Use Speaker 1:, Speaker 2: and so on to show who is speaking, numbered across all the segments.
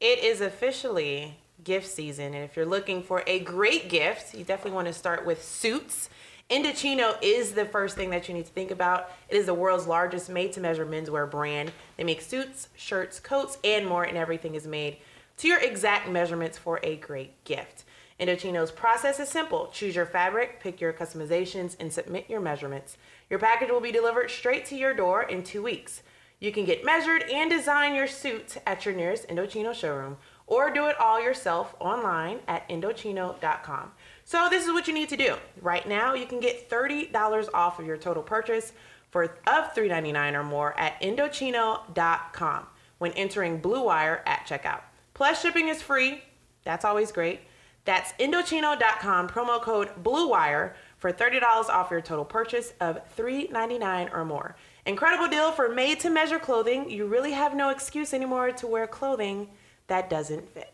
Speaker 1: It is officially gift season, and if you're looking for a great gift, you definitely want to start with suits. Indochino is the first thing that you need to think about. It is the world's largest made to measure menswear brand. They make suits, shirts, coats, and more, and everything is made to your exact measurements for a great gift. Indochino's process is simple choose your fabric, pick your customizations, and submit your measurements. Your package will be delivered straight to your door in two weeks. You can get measured and design your suit at your nearest Indochino showroom or do it all yourself online at Indochino.com. So, this is what you need to do. Right now, you can get $30 off of your total purchase for of $3.99 or more at Indochino.com when entering Blue Wire at checkout. Plus, shipping is free. That's always great. That's Indochino.com, promo code Blue Wire for $30 off your total purchase of $3.99 or more. Incredible deal for made to measure clothing. You really have no excuse anymore to wear clothing that doesn't fit.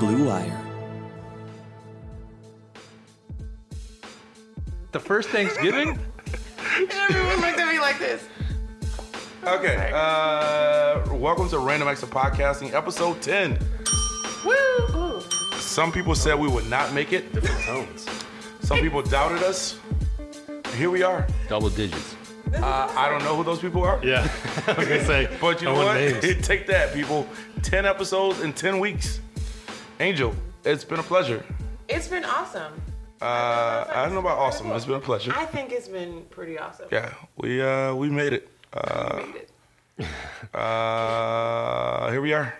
Speaker 2: Blue Wire.
Speaker 3: The first Thanksgiving?
Speaker 1: Everyone looked at me like this.
Speaker 4: Okay. Uh, welcome to Random Acts of Podcasting, episode 10.
Speaker 1: Woo! Ooh.
Speaker 4: Some people said we would not make it.
Speaker 5: Different tones.
Speaker 4: Some people doubted us. Here we are.
Speaker 3: Double digits.
Speaker 4: Uh, I don't know who those people are.
Speaker 5: Yeah. I was gonna say.
Speaker 4: But you
Speaker 5: I
Speaker 4: know
Speaker 5: want
Speaker 4: what?
Speaker 5: Names.
Speaker 4: Take that, people. 10 episodes in 10 weeks. Angel, it's been a pleasure.
Speaker 1: It's been awesome.
Speaker 4: Uh, I don't know about awesome. It's been a pleasure.
Speaker 1: I think it's been pretty awesome.
Speaker 4: Yeah, we uh, we made it. Uh,
Speaker 1: We made it.
Speaker 4: uh, here we are.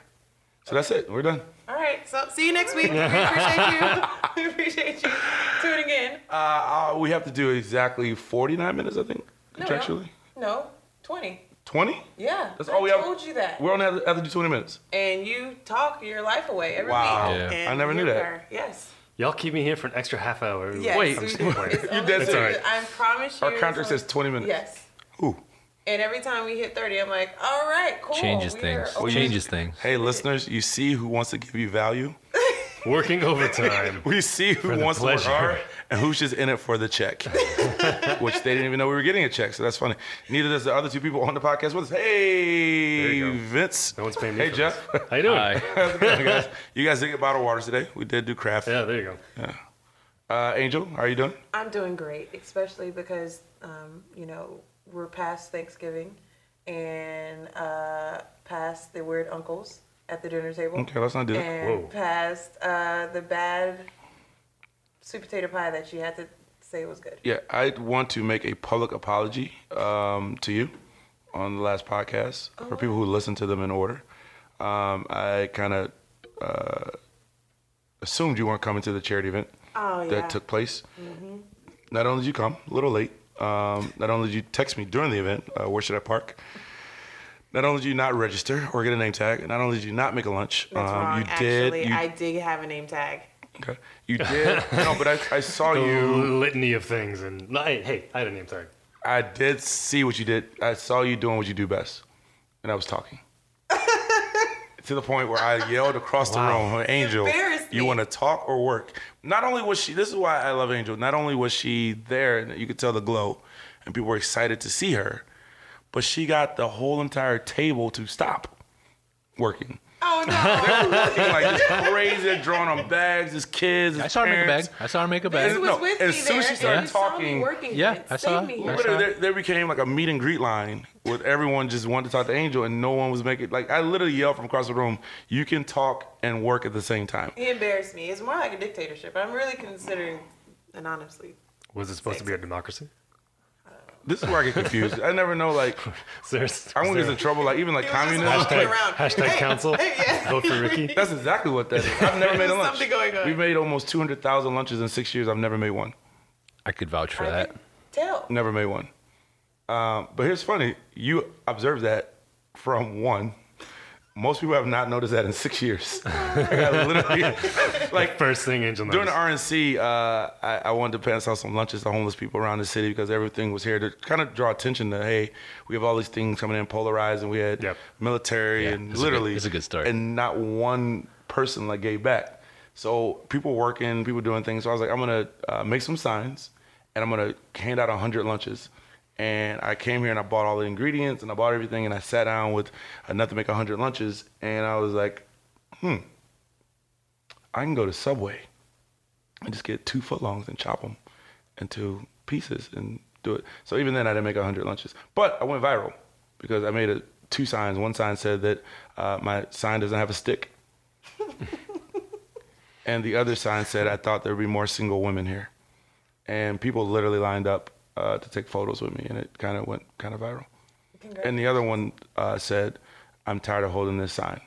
Speaker 4: So that's it. We're done.
Speaker 1: All right, so see you next week. We appreciate you. We appreciate you tuning in.
Speaker 4: Uh, we have to do exactly 49 minutes, I think,
Speaker 1: No,
Speaker 4: contractually.
Speaker 1: No, 20.
Speaker 4: 20?
Speaker 1: Yeah.
Speaker 4: That's all we
Speaker 1: I
Speaker 4: have.
Speaker 1: told you that.
Speaker 4: We only have to, have to do 20 minutes.
Speaker 1: And you talk your life away every
Speaker 4: Wow.
Speaker 1: week.
Speaker 3: Yeah.
Speaker 1: And
Speaker 4: I never knew
Speaker 1: you
Speaker 4: that.
Speaker 1: are- Yes.
Speaker 5: Y'all keep me here for an extra half hour.
Speaker 1: Yes.
Speaker 3: Wait,
Speaker 1: we
Speaker 3: I'm
Speaker 1: do.
Speaker 5: still playing.
Speaker 1: It's
Speaker 5: You're
Speaker 1: only
Speaker 4: dead
Speaker 1: because
Speaker 4: serious.
Speaker 1: I promise you.
Speaker 4: Our contract
Speaker 1: it's
Speaker 4: says 20
Speaker 1: only-
Speaker 4: minutes.
Speaker 1: Yes.
Speaker 4: Ooh.
Speaker 1: And every time we hit 30, I'm like, all right, cool.
Speaker 6: Changes
Speaker 1: we are
Speaker 6: things.
Speaker 3: Oh,
Speaker 1: over-
Speaker 6: Changes things.
Speaker 4: Hey, listeners, you see who wants to give you value.
Speaker 5: Working overtime.
Speaker 4: We see who
Speaker 5: the
Speaker 4: wants to work
Speaker 5: pleasure.
Speaker 4: hard and who's just in it for the check, which they didn't even know we were getting a check. So that's funny. Neither does the other two people on the podcast with us. Hey,
Speaker 5: you go.
Speaker 4: Vince.
Speaker 5: No one's paying me.
Speaker 4: Hey,
Speaker 5: for
Speaker 4: Jeff.
Speaker 5: This. How you doing?
Speaker 6: Hi.
Speaker 4: How's it going, guys? You guys did get bottled waters today. We did do craft.
Speaker 5: Yeah, there you go.
Speaker 4: Uh, Angel, how are you doing?
Speaker 1: I'm doing great, especially because, um, you know, we're past Thanksgiving and uh, past the weird uncles at the dinner table.
Speaker 4: Okay, let's not do that.
Speaker 1: And
Speaker 5: Whoa.
Speaker 1: past uh, the bad sweet potato pie that you had to say was good.
Speaker 4: Yeah, I want to make a public apology um, to you on the last podcast
Speaker 1: Oh,
Speaker 4: for people who listen to them in order. Um, I kind of uh, assumed you weren't coming to the charity event
Speaker 1: Oh,
Speaker 4: that
Speaker 1: yeah. Mm-hmm.
Speaker 4: took place. Not only did you come a little late, um, not only did you text me during the event, uh, where should I park? Not only did you not register or get a name tag, not only did you not make a lunch,
Speaker 1: That's
Speaker 4: um,
Speaker 1: wrong.
Speaker 4: you
Speaker 1: Actually,
Speaker 4: did. You,
Speaker 1: I did have a name tag.
Speaker 4: okay. you did. No, but I, I saw
Speaker 5: The
Speaker 4: you.
Speaker 5: litany of things and no, hey, hey, I had a name tag.
Speaker 4: I did see what you did. I saw you doing what you do best, and I was talking. to the point where I yelled across
Speaker 5: Wow.
Speaker 4: the room, "Angel,
Speaker 1: embarrassed
Speaker 4: you
Speaker 1: me.
Speaker 4: want to talk or work?" Not only was she, this is why I love Angel. Not only was she there, and you could tell the glow, and people were excited to see her, but she got the whole entire table to stop working.
Speaker 1: Oh, no.
Speaker 4: Looking like this crazy, drawing on bags, his kids. His
Speaker 6: I saw her make a bag.
Speaker 4: parents.
Speaker 6: I saw her make a
Speaker 1: this
Speaker 6: bag.
Speaker 1: was
Speaker 4: No,
Speaker 1: with
Speaker 4: as
Speaker 1: me
Speaker 4: soon as
Speaker 1: there, and
Speaker 4: she started
Speaker 1: you saw me
Speaker 4: talking-
Speaker 1: working.
Speaker 6: Yeah,
Speaker 1: Vince.
Speaker 6: I saw
Speaker 1: Save
Speaker 6: it.
Speaker 1: me.
Speaker 6: I saw
Speaker 4: Literally, there, there became like a meet and greet line with everyone just wanted to talk to Angel, and no one was making like I literally yelled from across the room, "You can talk and work at the same time."
Speaker 1: He embarrassed me. It's more like a dictatorship. I'm really considering, and honestly,
Speaker 5: Was it supposed to be a democracy?
Speaker 4: This is where I get confused. I never know. Like
Speaker 5: Seriously.
Speaker 4: I won't get in trouble. Like even like
Speaker 1: It was just
Speaker 4: communists.
Speaker 1: walking
Speaker 4: Like,
Speaker 5: Hashtag,
Speaker 1: around.
Speaker 5: hashtag
Speaker 1: Hey,
Speaker 5: council.
Speaker 1: hey, yeah.
Speaker 5: Vote for Ricky.
Speaker 4: that's exactly what that is. I've never made a
Speaker 1: There's
Speaker 4: lunch.
Speaker 1: something going on.
Speaker 4: We made almost two hundred thousand lunches in six years. I've never made one.
Speaker 6: I could vouch for
Speaker 1: I
Speaker 6: that.
Speaker 1: can tell.
Speaker 4: Never made one. Um, but here's funny. You observed that from one. Most people have not noticed that in six years. I literally, like
Speaker 5: First thing Angel knows.
Speaker 4: During the RNC, uh, I, I wanted to pass out some lunches to homeless people around the city because everything was here to kind of draw attention to hey, we have all these things coming in polarized, and we had
Speaker 5: Yep.
Speaker 4: military
Speaker 6: Yeah,
Speaker 4: and
Speaker 6: it's a good-
Speaker 4: literally,
Speaker 6: it's a good start.
Speaker 4: And not one person like gave back. So people working, people doing things. So I was like, I'm gonna uh, make some signs, and I'm gonna hand out hundred lunches. And I came here and I bought all the ingredients and I bought everything and I sat down with enough to make 100 lunches and I was like, hmm, I can go to Subway and just get two footlongs and chop them into pieces and do it. So even then, I didn't make 100 lunches, but I went viral because I made a, two signs. One sign said that uh, my sign doesn't have a stick, and the other sign said I thought there'd be more single women here, and people literally lined up uh, to take photos with me, and it kind of went kind of viral. And the other one uh, said, "I'm tired of holding this sign,"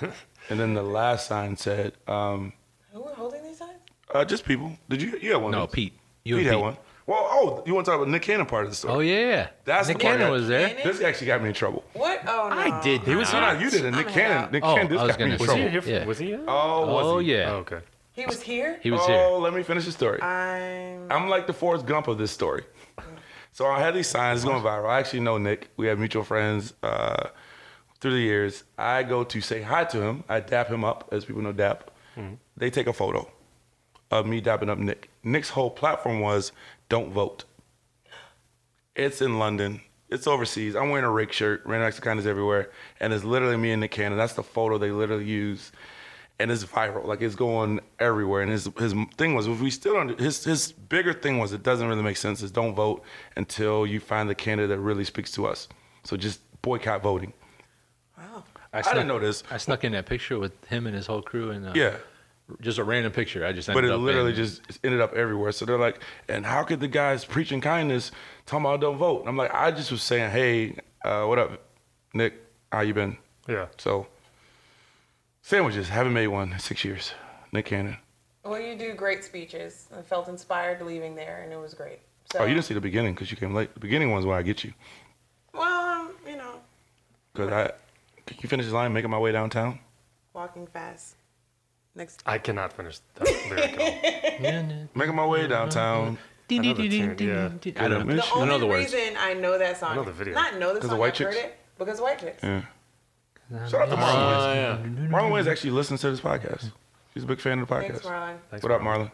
Speaker 4: and then the last sign said. Um,
Speaker 1: Who were holding these signs?
Speaker 4: uh, just people. Did you? You had one.
Speaker 3: No,
Speaker 4: right?
Speaker 3: Pete. You and
Speaker 4: Pete had
Speaker 3: Pete.
Speaker 4: one. Well, oh, you want to talk about Nick Cannon part of the story?
Speaker 3: Oh yeah,
Speaker 4: That's
Speaker 3: Nick
Speaker 4: the part
Speaker 3: Cannon
Speaker 4: that-
Speaker 3: was there.
Speaker 1: Cannon?
Speaker 4: This actually got me in trouble.
Speaker 1: What? Oh no!
Speaker 3: I did.
Speaker 4: He was no, no, you didn't. Nick
Speaker 1: I'm
Speaker 4: Cannon.
Speaker 1: out.
Speaker 4: Nick
Speaker 3: Oh,
Speaker 4: Cannon. This
Speaker 3: I was
Speaker 4: got me in
Speaker 3: gonna
Speaker 5: Was
Speaker 3: say.
Speaker 4: trouble.
Speaker 5: he here? For,
Speaker 3: Yeah.
Speaker 5: Was he here?
Speaker 4: Oh, was
Speaker 3: Oh
Speaker 4: he?
Speaker 3: yeah,
Speaker 5: Oh, okay.
Speaker 1: He was here.
Speaker 3: he was
Speaker 4: Oh,
Speaker 3: here.
Speaker 4: let me finish the story.
Speaker 1: I'm.
Speaker 4: I'm like the Forrest Gump of this story. So I had these signs it's going viral. I actually know Nick. We have mutual friends uh, through the years. I go to say hi to him. I dap him up, as people know dap.
Speaker 3: Mm-hmm.
Speaker 4: They take a photo of me dapping up Nick. Nick's whole platform was don't vote. It's in London. It's overseas. I'm wearing a rake shirt. Random Acts of Kindness everywhere. And it's literally me and Nick Cannon. That's the photo they literally use. And it's viral. Like it's going everywhere. And his his thing was if we still don't his his bigger thing was it doesn't really make sense is don't vote until you find the candidate that really speaks to us. So just boycott voting.
Speaker 1: Wow.
Speaker 4: I,
Speaker 3: snuck-
Speaker 4: didn't know this.
Speaker 3: I snuck in that picture with him and his whole crew and uh,
Speaker 4: Yeah.
Speaker 3: just a random picture. I just
Speaker 4: But
Speaker 3: ended
Speaker 4: it
Speaker 3: up
Speaker 4: literally
Speaker 3: in.
Speaker 4: just ended up everywhere. So they're like, and how could the guys preaching kindness talking about don't vote? And I'm like, I just was saying, hey, uh, what up, Nick? How you been?
Speaker 5: Yeah.
Speaker 4: So sandwiches, haven't made one in six years. Nick Cannon.
Speaker 1: Well, you do great speeches. I felt inspired leaving there, and it was great. So,
Speaker 4: Oh, you didn't see the beginning because you came late. The beginning one's where I get you
Speaker 1: Well, um, you know,
Speaker 4: because I. Can you finish this line? Making my way downtown.
Speaker 1: walking fast. Next.
Speaker 5: I cannot finish that lyric at all.
Speaker 4: Making my way downtown.
Speaker 5: Another tune, yeah.
Speaker 3: I don't know.
Speaker 4: The
Speaker 1: The
Speaker 3: I don't
Speaker 4: Sure.
Speaker 1: only
Speaker 3: know the words.
Speaker 1: reason I know that song.
Speaker 5: I know the video.
Speaker 1: Not know the
Speaker 4: 'Cause of
Speaker 1: song.
Speaker 4: White
Speaker 1: I've heard
Speaker 4: Chicks?
Speaker 1: it because of white chicks.
Speaker 4: Yeah. Shout out to Marlon.
Speaker 5: Oh, yeah.
Speaker 4: Wayans. Marlon Wayans actually listens to this podcast. She's a big fan of the podcast.
Speaker 1: Thanks, Marlon.
Speaker 5: Thanks,
Speaker 4: what up,
Speaker 5: Marlon.
Speaker 4: Marlon?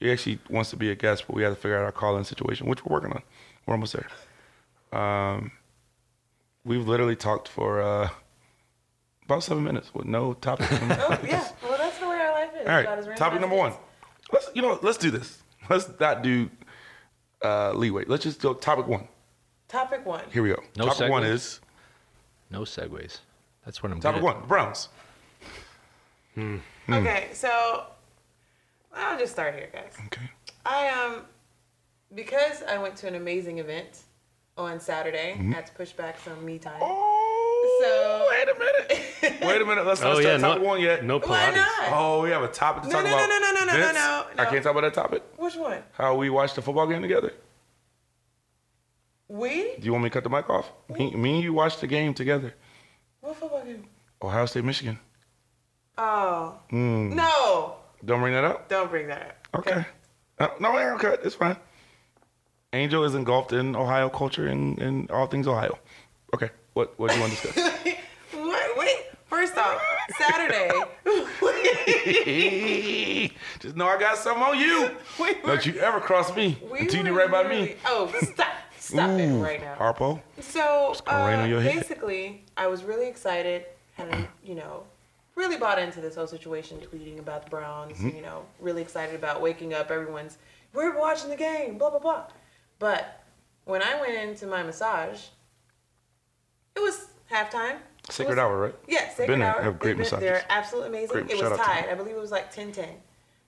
Speaker 4: He actually wants to be a guest, but we have to figure out our call-in situation, which we're working on. We're almost there. Um, we've literally talked for uh, about seven minutes with no topic.
Speaker 1: Oh, yeah. Well, that's the way our life is.
Speaker 4: All
Speaker 1: About as
Speaker 4: right,
Speaker 1: random
Speaker 4: topic
Speaker 1: as
Speaker 4: number
Speaker 1: it
Speaker 4: one.
Speaker 1: is.
Speaker 4: Let's you know, let's do this. Let's not do uh, leeway. Let's just go topic one.
Speaker 1: Topic one.
Speaker 4: Here we go.
Speaker 3: No
Speaker 4: topic one
Speaker 3: segues.
Speaker 4: is
Speaker 3: No segues. That's what I'm.
Speaker 4: topic
Speaker 3: good at.
Speaker 4: one. Browns. Hmm.
Speaker 1: Okay, so I'll just start here, guys.
Speaker 4: Okay.
Speaker 1: I um because I went to an amazing event on Saturday. I had to push back some me time.
Speaker 4: Oh,
Speaker 1: So-
Speaker 4: Mm-hmm. wait a minute. Wait a minute. Let's not
Speaker 5: Oh,
Speaker 4: start
Speaker 5: yeah.
Speaker 4: topic
Speaker 5: No,
Speaker 4: one yet.
Speaker 5: no Pilates.
Speaker 1: Why not?
Speaker 4: Oh, we have a topic to
Speaker 1: No,
Speaker 4: talk
Speaker 1: no, no,
Speaker 4: about.
Speaker 1: no, no, no, no,
Speaker 4: Vince?
Speaker 1: no,
Speaker 4: I
Speaker 1: no.
Speaker 4: can't talk about that topic.
Speaker 1: Which one?
Speaker 4: How we watched the football game together.
Speaker 1: We?
Speaker 4: Do you want me to cut the mic off? Me, me and you watched the game together.
Speaker 1: What football game?
Speaker 4: Ohio State, Michigan.
Speaker 1: Oh. No.
Speaker 4: Don't bring that up.
Speaker 1: Don't bring that up.
Speaker 4: Hmm. Okay. No, no, I don't cut. It's fine. Angel is engulfed in Ohio culture and, and all things Ohio. Okay. What what do you want to discuss?
Speaker 1: What wait. First off, Saturday.
Speaker 4: Just know I got something on you.
Speaker 1: we were,
Speaker 4: Don't you ever cross me
Speaker 1: we
Speaker 4: until you do
Speaker 1: were
Speaker 4: right by me.
Speaker 1: literally- Oh, stop. Stop it right now.
Speaker 4: Harpo.
Speaker 1: So
Speaker 4: gonna rain
Speaker 1: uh,
Speaker 4: on your head.
Speaker 1: basically, I was really excited and you know really bought into this whole situation, tweeting about the Browns.
Speaker 4: Mm-hmm.
Speaker 1: You know, really excited about waking up. Everyone's we're watching the game, blah blah blah. But when I went into my massage, it was halftime. It
Speaker 4: Sacred
Speaker 1: was-
Speaker 4: hour, right?
Speaker 1: Yeah, sacred
Speaker 4: Been there.
Speaker 1: hour.
Speaker 4: Have great
Speaker 1: They've been- They're
Speaker 4: massages.
Speaker 1: absolutely amazing.
Speaker 4: Great.
Speaker 1: It
Speaker 4: Shout
Speaker 1: was
Speaker 4: out to
Speaker 1: tied.
Speaker 4: them.
Speaker 1: I believe it was like 10-10.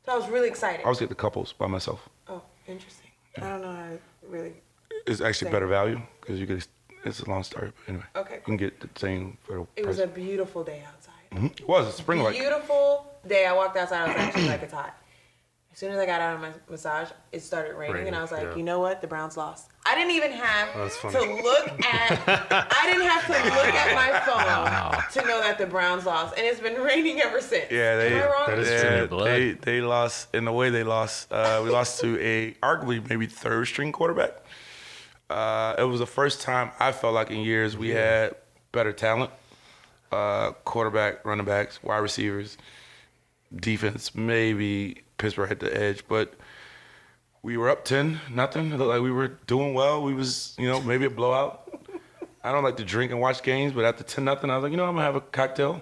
Speaker 1: So I was really excited.
Speaker 4: I always get the couples by myself.
Speaker 1: oh, interesting. I don't know how to really.
Speaker 4: It's actually
Speaker 1: Same.
Speaker 4: better value because you get it's a long story. But anyway,
Speaker 1: Okay,
Speaker 4: you can get the same for the
Speaker 1: It was a
Speaker 4: price.
Speaker 1: beautiful day outside.
Speaker 4: Mhm. it was a spring like.
Speaker 1: beautiful day. I walked outside. I was actually like, it's hot. As soon as I got out of my massage, it started raining, and I was like,
Speaker 5: Raining, yeah.
Speaker 1: you know what? The Browns lost. I didn't even have
Speaker 4: Oh,
Speaker 5: That's funny.
Speaker 1: to look at. I didn't have to look at my phone to know that the Browns lost, and it's been raining ever since.
Speaker 4: Yeah, they
Speaker 1: Am I wrong?
Speaker 5: that is
Speaker 4: yeah,
Speaker 5: true.
Speaker 3: in your blood.
Speaker 4: they they lost in the way they lost. Uh, we lost to a arguably maybe third string quarterback. Uh, it was the first time I felt like in years we had better talent, uh, quarterback, running backs, wide receivers, defense. Maybe Pittsburgh had the edge, but We were up ten, nothing. It looked like we were doing well. We was, you know, maybe a blowout. I don't like to drink and watch games, but after ten nothing, I was like, you know, I'm gonna have a cocktail.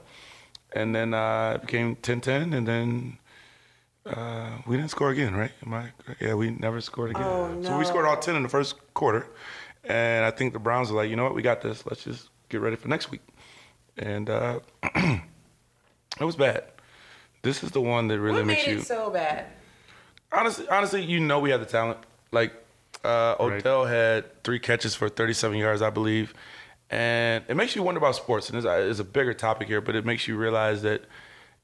Speaker 4: And then uh, it became 10-10, and then uh, we didn't score again, right? Am I, yeah, we never scored again.
Speaker 1: Oh,
Speaker 4: So
Speaker 1: no.
Speaker 4: we scored all ten in the first quarter, and I think the Browns were like, you know what, we got this. Let's just get ready for next week. And uh, it was bad. This is the one that really
Speaker 1: What
Speaker 4: makes
Speaker 1: made
Speaker 4: you
Speaker 1: it so bad?
Speaker 4: honestly, honestly, you know we had the talent. Like uh,
Speaker 5: Right.
Speaker 4: Odell had three catches for 37 yards, I believe, and it makes you wonder about sports. And it's, a- it's a bigger topic here, but it makes you realize that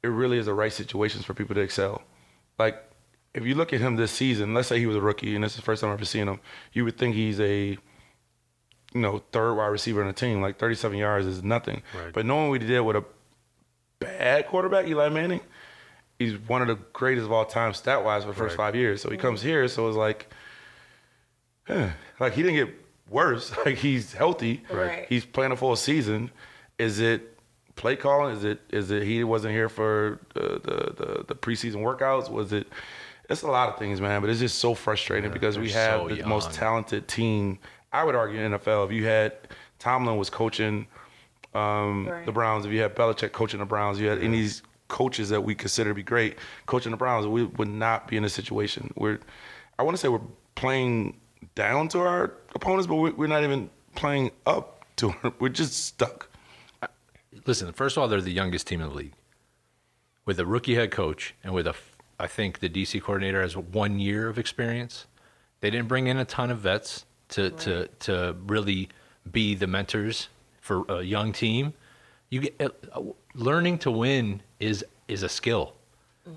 Speaker 4: it really is the right situations for people to excel. Like if you look at him this season, let's say he was a rookie and this is the first time I've ever seen him, you would think he's a you know, third wide receiver on the team. Like 37 yards is nothing.
Speaker 5: Right.
Speaker 4: But knowing what he did with a bad quarterback, Eli Manning, he's one of the greatest of all time stat wise for the first
Speaker 5: Right.
Speaker 4: five years. So he comes here, so it's like, huh. like he didn't get worse. Like he's healthy.
Speaker 1: Right.
Speaker 4: He's playing a full season. Is it play calling? Is it is it he wasn't here for uh, the the the preseason workouts? Was it? It's a lot of things, man. But it's just so frustrating because we
Speaker 3: they're
Speaker 4: have
Speaker 3: so
Speaker 4: the most
Speaker 3: young.
Speaker 4: talented team. I would argue in NFL. If you had Tomlin was coaching um,
Speaker 1: Right.
Speaker 4: the Browns, if you had Belichick coaching the Browns, you had any of these coaches that we consider to be great coaching the Browns, we would not be in this situation. We're, I want to say we're playing down to our opponents, but we're, we're not even playing up to. Our, we're just stuck.
Speaker 3: Listen, first of all, they're the youngest team in the league, with a rookie head coach and with a, f- I think the DC coordinator has one year of experience. They didn't bring in a ton of vets to to to really be the mentors for a young team. You get uh, uh, learning to win is is a skill.
Speaker 1: Mm-hmm.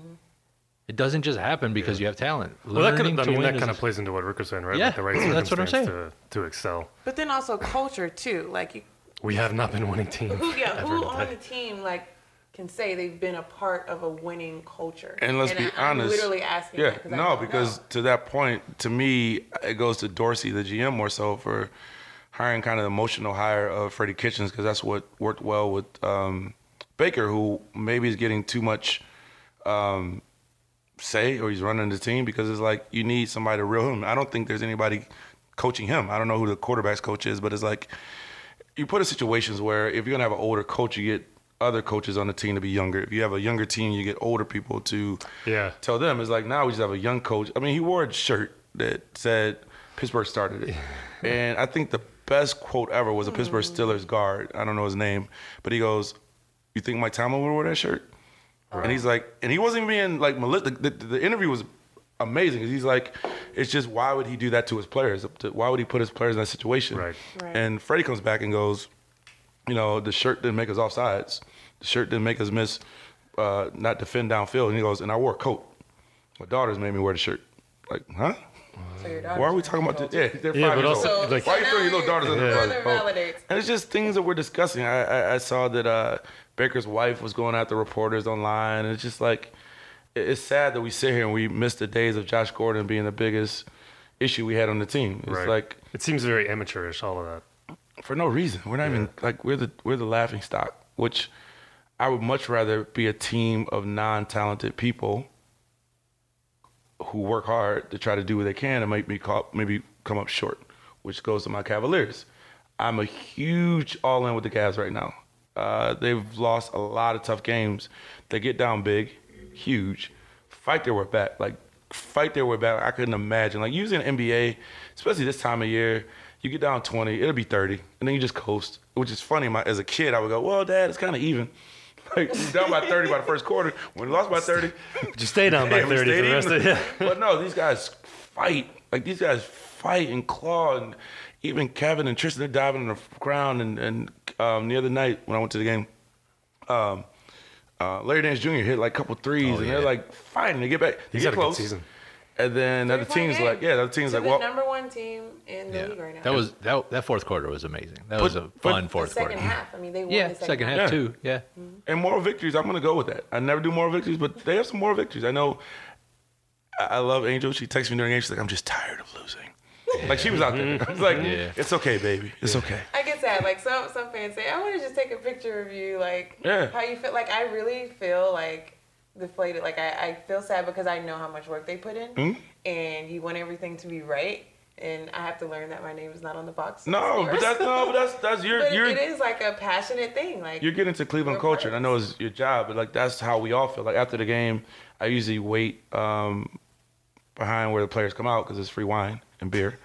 Speaker 3: It doesn't just happen because you have talent.
Speaker 5: Well, that,
Speaker 3: Learning
Speaker 5: could, I
Speaker 3: to
Speaker 5: mean,
Speaker 3: win
Speaker 5: that
Speaker 3: is
Speaker 5: kind
Speaker 3: a
Speaker 5: of plays into what Rick was saying, right?
Speaker 3: Yeah,
Speaker 5: like the right
Speaker 3: that's what I'm
Speaker 5: circumstance To, to excel.
Speaker 1: But then also culture too. Like you,
Speaker 5: We have not been winning team.
Speaker 1: who yeah,
Speaker 5: ever
Speaker 1: who
Speaker 5: to
Speaker 1: on
Speaker 5: play.
Speaker 1: the team like can say they've been a part of a winning culture?
Speaker 4: And let's be
Speaker 1: I- I'm
Speaker 4: honest.
Speaker 1: literally asking.
Speaker 4: Yeah,
Speaker 1: that 'cause I
Speaker 4: no,
Speaker 1: don't
Speaker 4: because
Speaker 1: know.
Speaker 4: to that point, to me, it goes to Dorsey, the GM, more so for hiring kind of the emotional hire of Freddie Kitchens because that's what worked well with um, Baker, who maybe is getting too much um, say or he's running the team because it's like you need somebody to reel him. I don't think there's anybody coaching him. I don't know who the quarterback's coach is, but it's like you put in situations where if you're gonna have an older coach, you get other coaches on the team to be younger. If you have a younger team, you get older people to
Speaker 5: Yeah.
Speaker 4: tell them. It's like now we just have a young coach. I mean, he wore a shirt that said Pittsburgh started it, and I think the best quote ever was a Pittsburgh Steelers guard. I don't know his name, but he goes, "You think Mike Tomlin would wear that shirt?" And he's like, and he wasn't being like malicious. The, the, the interview was amazing. 'cause He's like, it's just why would he do that to his players? Why would he put his players in that situation?
Speaker 5: Right.
Speaker 1: Right.
Speaker 4: And Freddie comes back and goes, you know, the shirt didn't make us offsides. The shirt didn't make us miss, uh, not defend downfield. And he goes, and I wore a coat. My daughters made me wear the shirt. Like, huh?
Speaker 1: So your
Speaker 4: Why are
Speaker 1: daughter's
Speaker 4: we talking about
Speaker 1: culture.
Speaker 4: this? Yeah, they're five
Speaker 5: Yeah, but
Speaker 4: years
Speaker 5: also-
Speaker 4: old.
Speaker 1: So,
Speaker 5: Like-
Speaker 1: so
Speaker 4: Why you
Speaker 1: now
Speaker 4: throwing your little daughters under the bus?
Speaker 1: further
Speaker 4: Oh.
Speaker 1: validates.
Speaker 4: And it's just things that we're discussing. I, I, I saw that uh, Baker's wife was going after reporters online. And it's just like, it- it's sad that we sit here and we miss the days of Josh Gordon being the biggest issue we had on the team. It's
Speaker 5: Right.
Speaker 4: like,
Speaker 5: it seems very amateurish, all of that.
Speaker 4: for no reason. We're not even like we're the we're the laughing stock, which I would much rather be a team of non-talented people who work hard to try to do what they can and make me call, maybe come up short, which goes to my Cavaliers. I'm a huge all in with the Cavs right now. Uh, they've lost a lot of tough games. They get down big, huge, fight their way back. Like fight their way back. I couldn't imagine. Like usually in the NBA, especially this time of year, you get down 20, it'll be 30, and then you just coast. Which is funny. My, as a kid, I would go, "Well, Dad, it's kind of even." Like you're down by 30 by the first quarter. When you lost by 30,
Speaker 5: Just stay down by
Speaker 4: yeah, we
Speaker 5: 30 for
Speaker 4: stayed
Speaker 5: the rest
Speaker 4: even.
Speaker 5: of yeah.
Speaker 4: But no, these guys fight. Like these guys fight and claw, and even Kevin and Tristan, they're diving on the ground. And and um, the other night when I went to the game, um, uh, Larry Dance Jr. hit like a couple threes,
Speaker 3: Oh,
Speaker 4: and
Speaker 3: yeah.
Speaker 4: they're like fighting to get back. They
Speaker 5: He's
Speaker 4: get
Speaker 5: had a good
Speaker 4: close.
Speaker 5: season.
Speaker 4: And then the other
Speaker 1: Three-point
Speaker 4: team's
Speaker 1: game.
Speaker 4: like, yeah, the other team's
Speaker 1: To
Speaker 4: like,
Speaker 1: the
Speaker 4: well,
Speaker 1: number one team in the
Speaker 3: yeah.
Speaker 1: league right now.
Speaker 3: That was that that fourth quarter was amazing. That was a
Speaker 4: but-
Speaker 3: fun
Speaker 1: the
Speaker 3: fourth
Speaker 1: second
Speaker 3: quarter.
Speaker 1: half. I mean, they won
Speaker 3: Yeah,
Speaker 1: the
Speaker 3: second,
Speaker 1: second,
Speaker 3: half
Speaker 4: half.
Speaker 3: too. Yeah.
Speaker 4: and moral victories. I'm gonna go with that. I never do moral victories, but they have some moral victories. I know. I I love Angel. She texts me during game. She's like, I'm just tired of losing. Like she was out there. I was like,
Speaker 3: Mm-hmm. Yeah.
Speaker 4: it's okay, baby. It's okay.
Speaker 1: I get that. Like some some fans say, I want to just take a picture of you, like
Speaker 4: Yeah.
Speaker 1: how you feel. Like I really feel like deflated. Like I, I feel sad because I know how much work they put in,
Speaker 4: Hmm?
Speaker 1: and you want everything to be right. And I have to learn that my name is not on the box.
Speaker 4: No,
Speaker 1: scores.
Speaker 4: but that's no, but that's that's your
Speaker 1: But
Speaker 4: your
Speaker 1: it is like a passionate thing. Like
Speaker 4: you're getting to Cleveland
Speaker 1: Your
Speaker 4: culture, and I know
Speaker 1: parents.
Speaker 4: it's your job, but like that's how we all feel. Like after the game, I usually wait um, behind where the players come out because it's free wine and beer.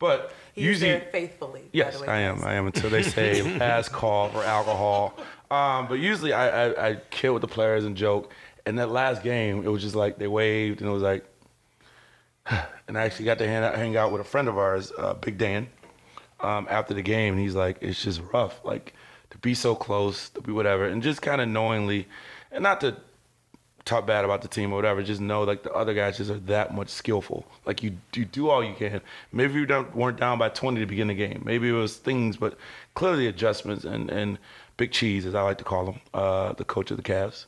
Speaker 4: But
Speaker 1: he's
Speaker 4: usually,
Speaker 1: there faithfully. by
Speaker 4: yes,
Speaker 1: the way,
Speaker 4: I am.
Speaker 1: guys.
Speaker 4: I am until they say last call for alcohol. Um, but usually, I, I I kill with the players and joke. And that last game, it was just like they waved, and it was like, and I actually got to hang out, hang out with a friend of ours, uh, Big Dan, um, after the game, and he's like, "It's just rough, like to be so close, to be whatever, and just kind of knowingly, and not to talk bad about the team or whatever. Just know like the other guys just are that much skillful. Like you, you do all you can. Maybe you don't, weren't down by 20 to begin the game. Maybe it was things, but clearly adjustments and and Big Cheese, as I like to call him, uh, the coach of the Cavs,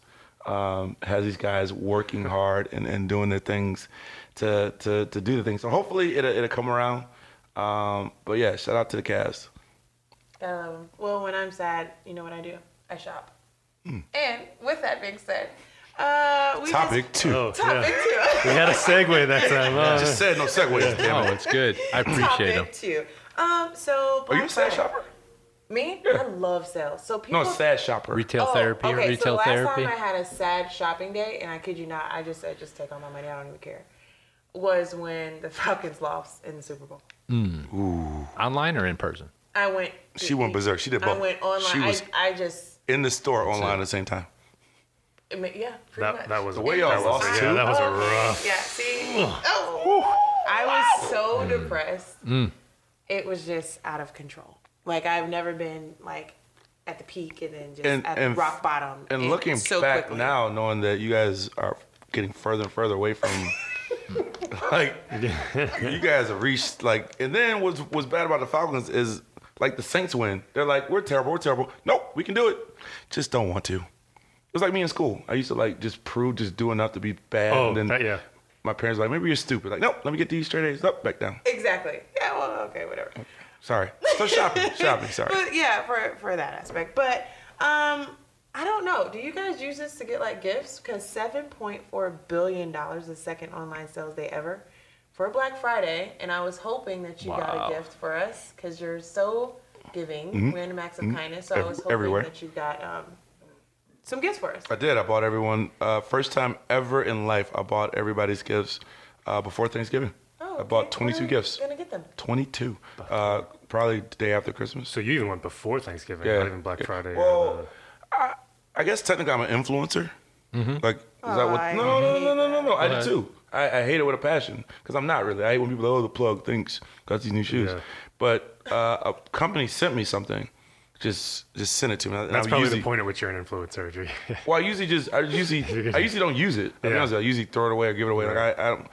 Speaker 4: um, has these guys working hard and, and doing their things to to to do the things. So hopefully it'll, it'll come around. Um, but yeah, shout out to the Cavs.
Speaker 1: Um, well, when I'm sad, you know what I do? I shop.
Speaker 4: Hmm.
Speaker 1: And with that being said, uh, we
Speaker 4: Topic two.
Speaker 5: Oh,
Speaker 1: Just, topic
Speaker 5: yeah.
Speaker 1: two.
Speaker 5: We had a segue that time. Oh,
Speaker 4: Just said no segues. Damn
Speaker 3: Oh,
Speaker 4: it.
Speaker 3: it's good. I appreciate them.
Speaker 1: topic two. Um, so
Speaker 4: Are Oh, you a
Speaker 1: Black
Speaker 4: sad
Speaker 1: Friday.
Speaker 4: shopper?
Speaker 1: Me? I love sales. So
Speaker 4: No,
Speaker 1: people.
Speaker 4: sad shopper.
Speaker 3: Retail
Speaker 1: Oh,
Speaker 3: therapy.
Speaker 1: Okay,
Speaker 3: retail
Speaker 1: so last
Speaker 3: therapy.
Speaker 1: time I had a sad shopping day, and I kid you not, I just said just take all my money. I don't even care. Was when the Falcons lost in the Super Bowl.
Speaker 3: Online or in person?
Speaker 1: I went. to
Speaker 4: She went
Speaker 1: eat.
Speaker 4: berserk. She did
Speaker 1: I
Speaker 4: both.
Speaker 1: went online.
Speaker 4: She was-
Speaker 1: I, I just.
Speaker 4: in the store online at the same time.
Speaker 1: I mean, yeah, pretty much.
Speaker 5: that, that was
Speaker 4: The way y'all
Speaker 5: that was-
Speaker 4: lost
Speaker 5: Yeah,
Speaker 4: too.
Speaker 5: that was a
Speaker 1: Oh,
Speaker 5: rough.
Speaker 1: Yeah, see? Oh. I was
Speaker 5: Mm.
Speaker 1: so depressed. It was just out of control. Like I've never been like at the peak and then just
Speaker 4: And-
Speaker 1: at
Speaker 4: and-
Speaker 1: rock bottom.
Speaker 4: And
Speaker 1: in-
Speaker 4: looking
Speaker 1: so
Speaker 4: back
Speaker 1: quickly.
Speaker 4: now, knowing that you guys are getting further and further away from, like, you guys have reached like. And then what's what's bad about the Falcons is like the Saints win. They're like, we're terrible, we're terrible. Nope, we can do it. Just don't want to. It was like me in school. I used to like just prove, just do enough to be bad.
Speaker 5: Oh,
Speaker 4: and then
Speaker 5: that- yeah.
Speaker 4: My parents were like, maybe you're stupid. Like, nope, let me get these straight A's. Nope, back down.
Speaker 1: Exactly. Yeah. Well. Okay. Whatever.
Speaker 4: Sorry. So shopping, shopping. Sorry.
Speaker 1: But yeah, for for that aspect. But um, I don't know. Do you guys use this to get like gifts? Because seven point four billion dollars, the second online sales day ever, for Black Friday. And I was hoping that you got a gift for us because you're so giving. Random acts of kindness. So I
Speaker 4: Mm-hmm. Ev-
Speaker 1: was hoping
Speaker 4: everywhere.
Speaker 1: that you got um, some gifts for us.
Speaker 4: I did. I bought everyone uh, first time ever in life. I bought everybody's gifts uh, before Thanksgiving. I
Speaker 1: Oh, okay.
Speaker 4: bought 22
Speaker 1: Where are you
Speaker 4: gifts.
Speaker 1: Gonna get them.
Speaker 4: 22. Uh, probably the day after Christmas.
Speaker 5: So you even went before Thanksgiving,
Speaker 4: Yeah.
Speaker 5: not even Black
Speaker 4: Yeah.
Speaker 5: Friday.
Speaker 4: Well,
Speaker 5: or the,
Speaker 4: I guess technically I'm an influencer.
Speaker 5: Mm-hmm.
Speaker 4: Like, is that
Speaker 1: Oh,
Speaker 4: what?
Speaker 1: I
Speaker 4: No, no, no,
Speaker 1: hate
Speaker 4: no, no, no, no. I do
Speaker 3: Okay.
Speaker 4: too. I, I hate it with a passion because I'm not really. I hate when people, oh, the plug thinks got these new shoes.
Speaker 5: Yeah.
Speaker 4: But uh, a company sent me something. Just, just sent it to me. And I
Speaker 5: that's
Speaker 4: would
Speaker 5: probably
Speaker 4: usually-
Speaker 5: the point at which you're an influencer. if you-
Speaker 4: Well, I usually just I usually I usually don't use it. I,
Speaker 5: Yeah.
Speaker 4: I usually throw it away or give it away. Like I, I don't,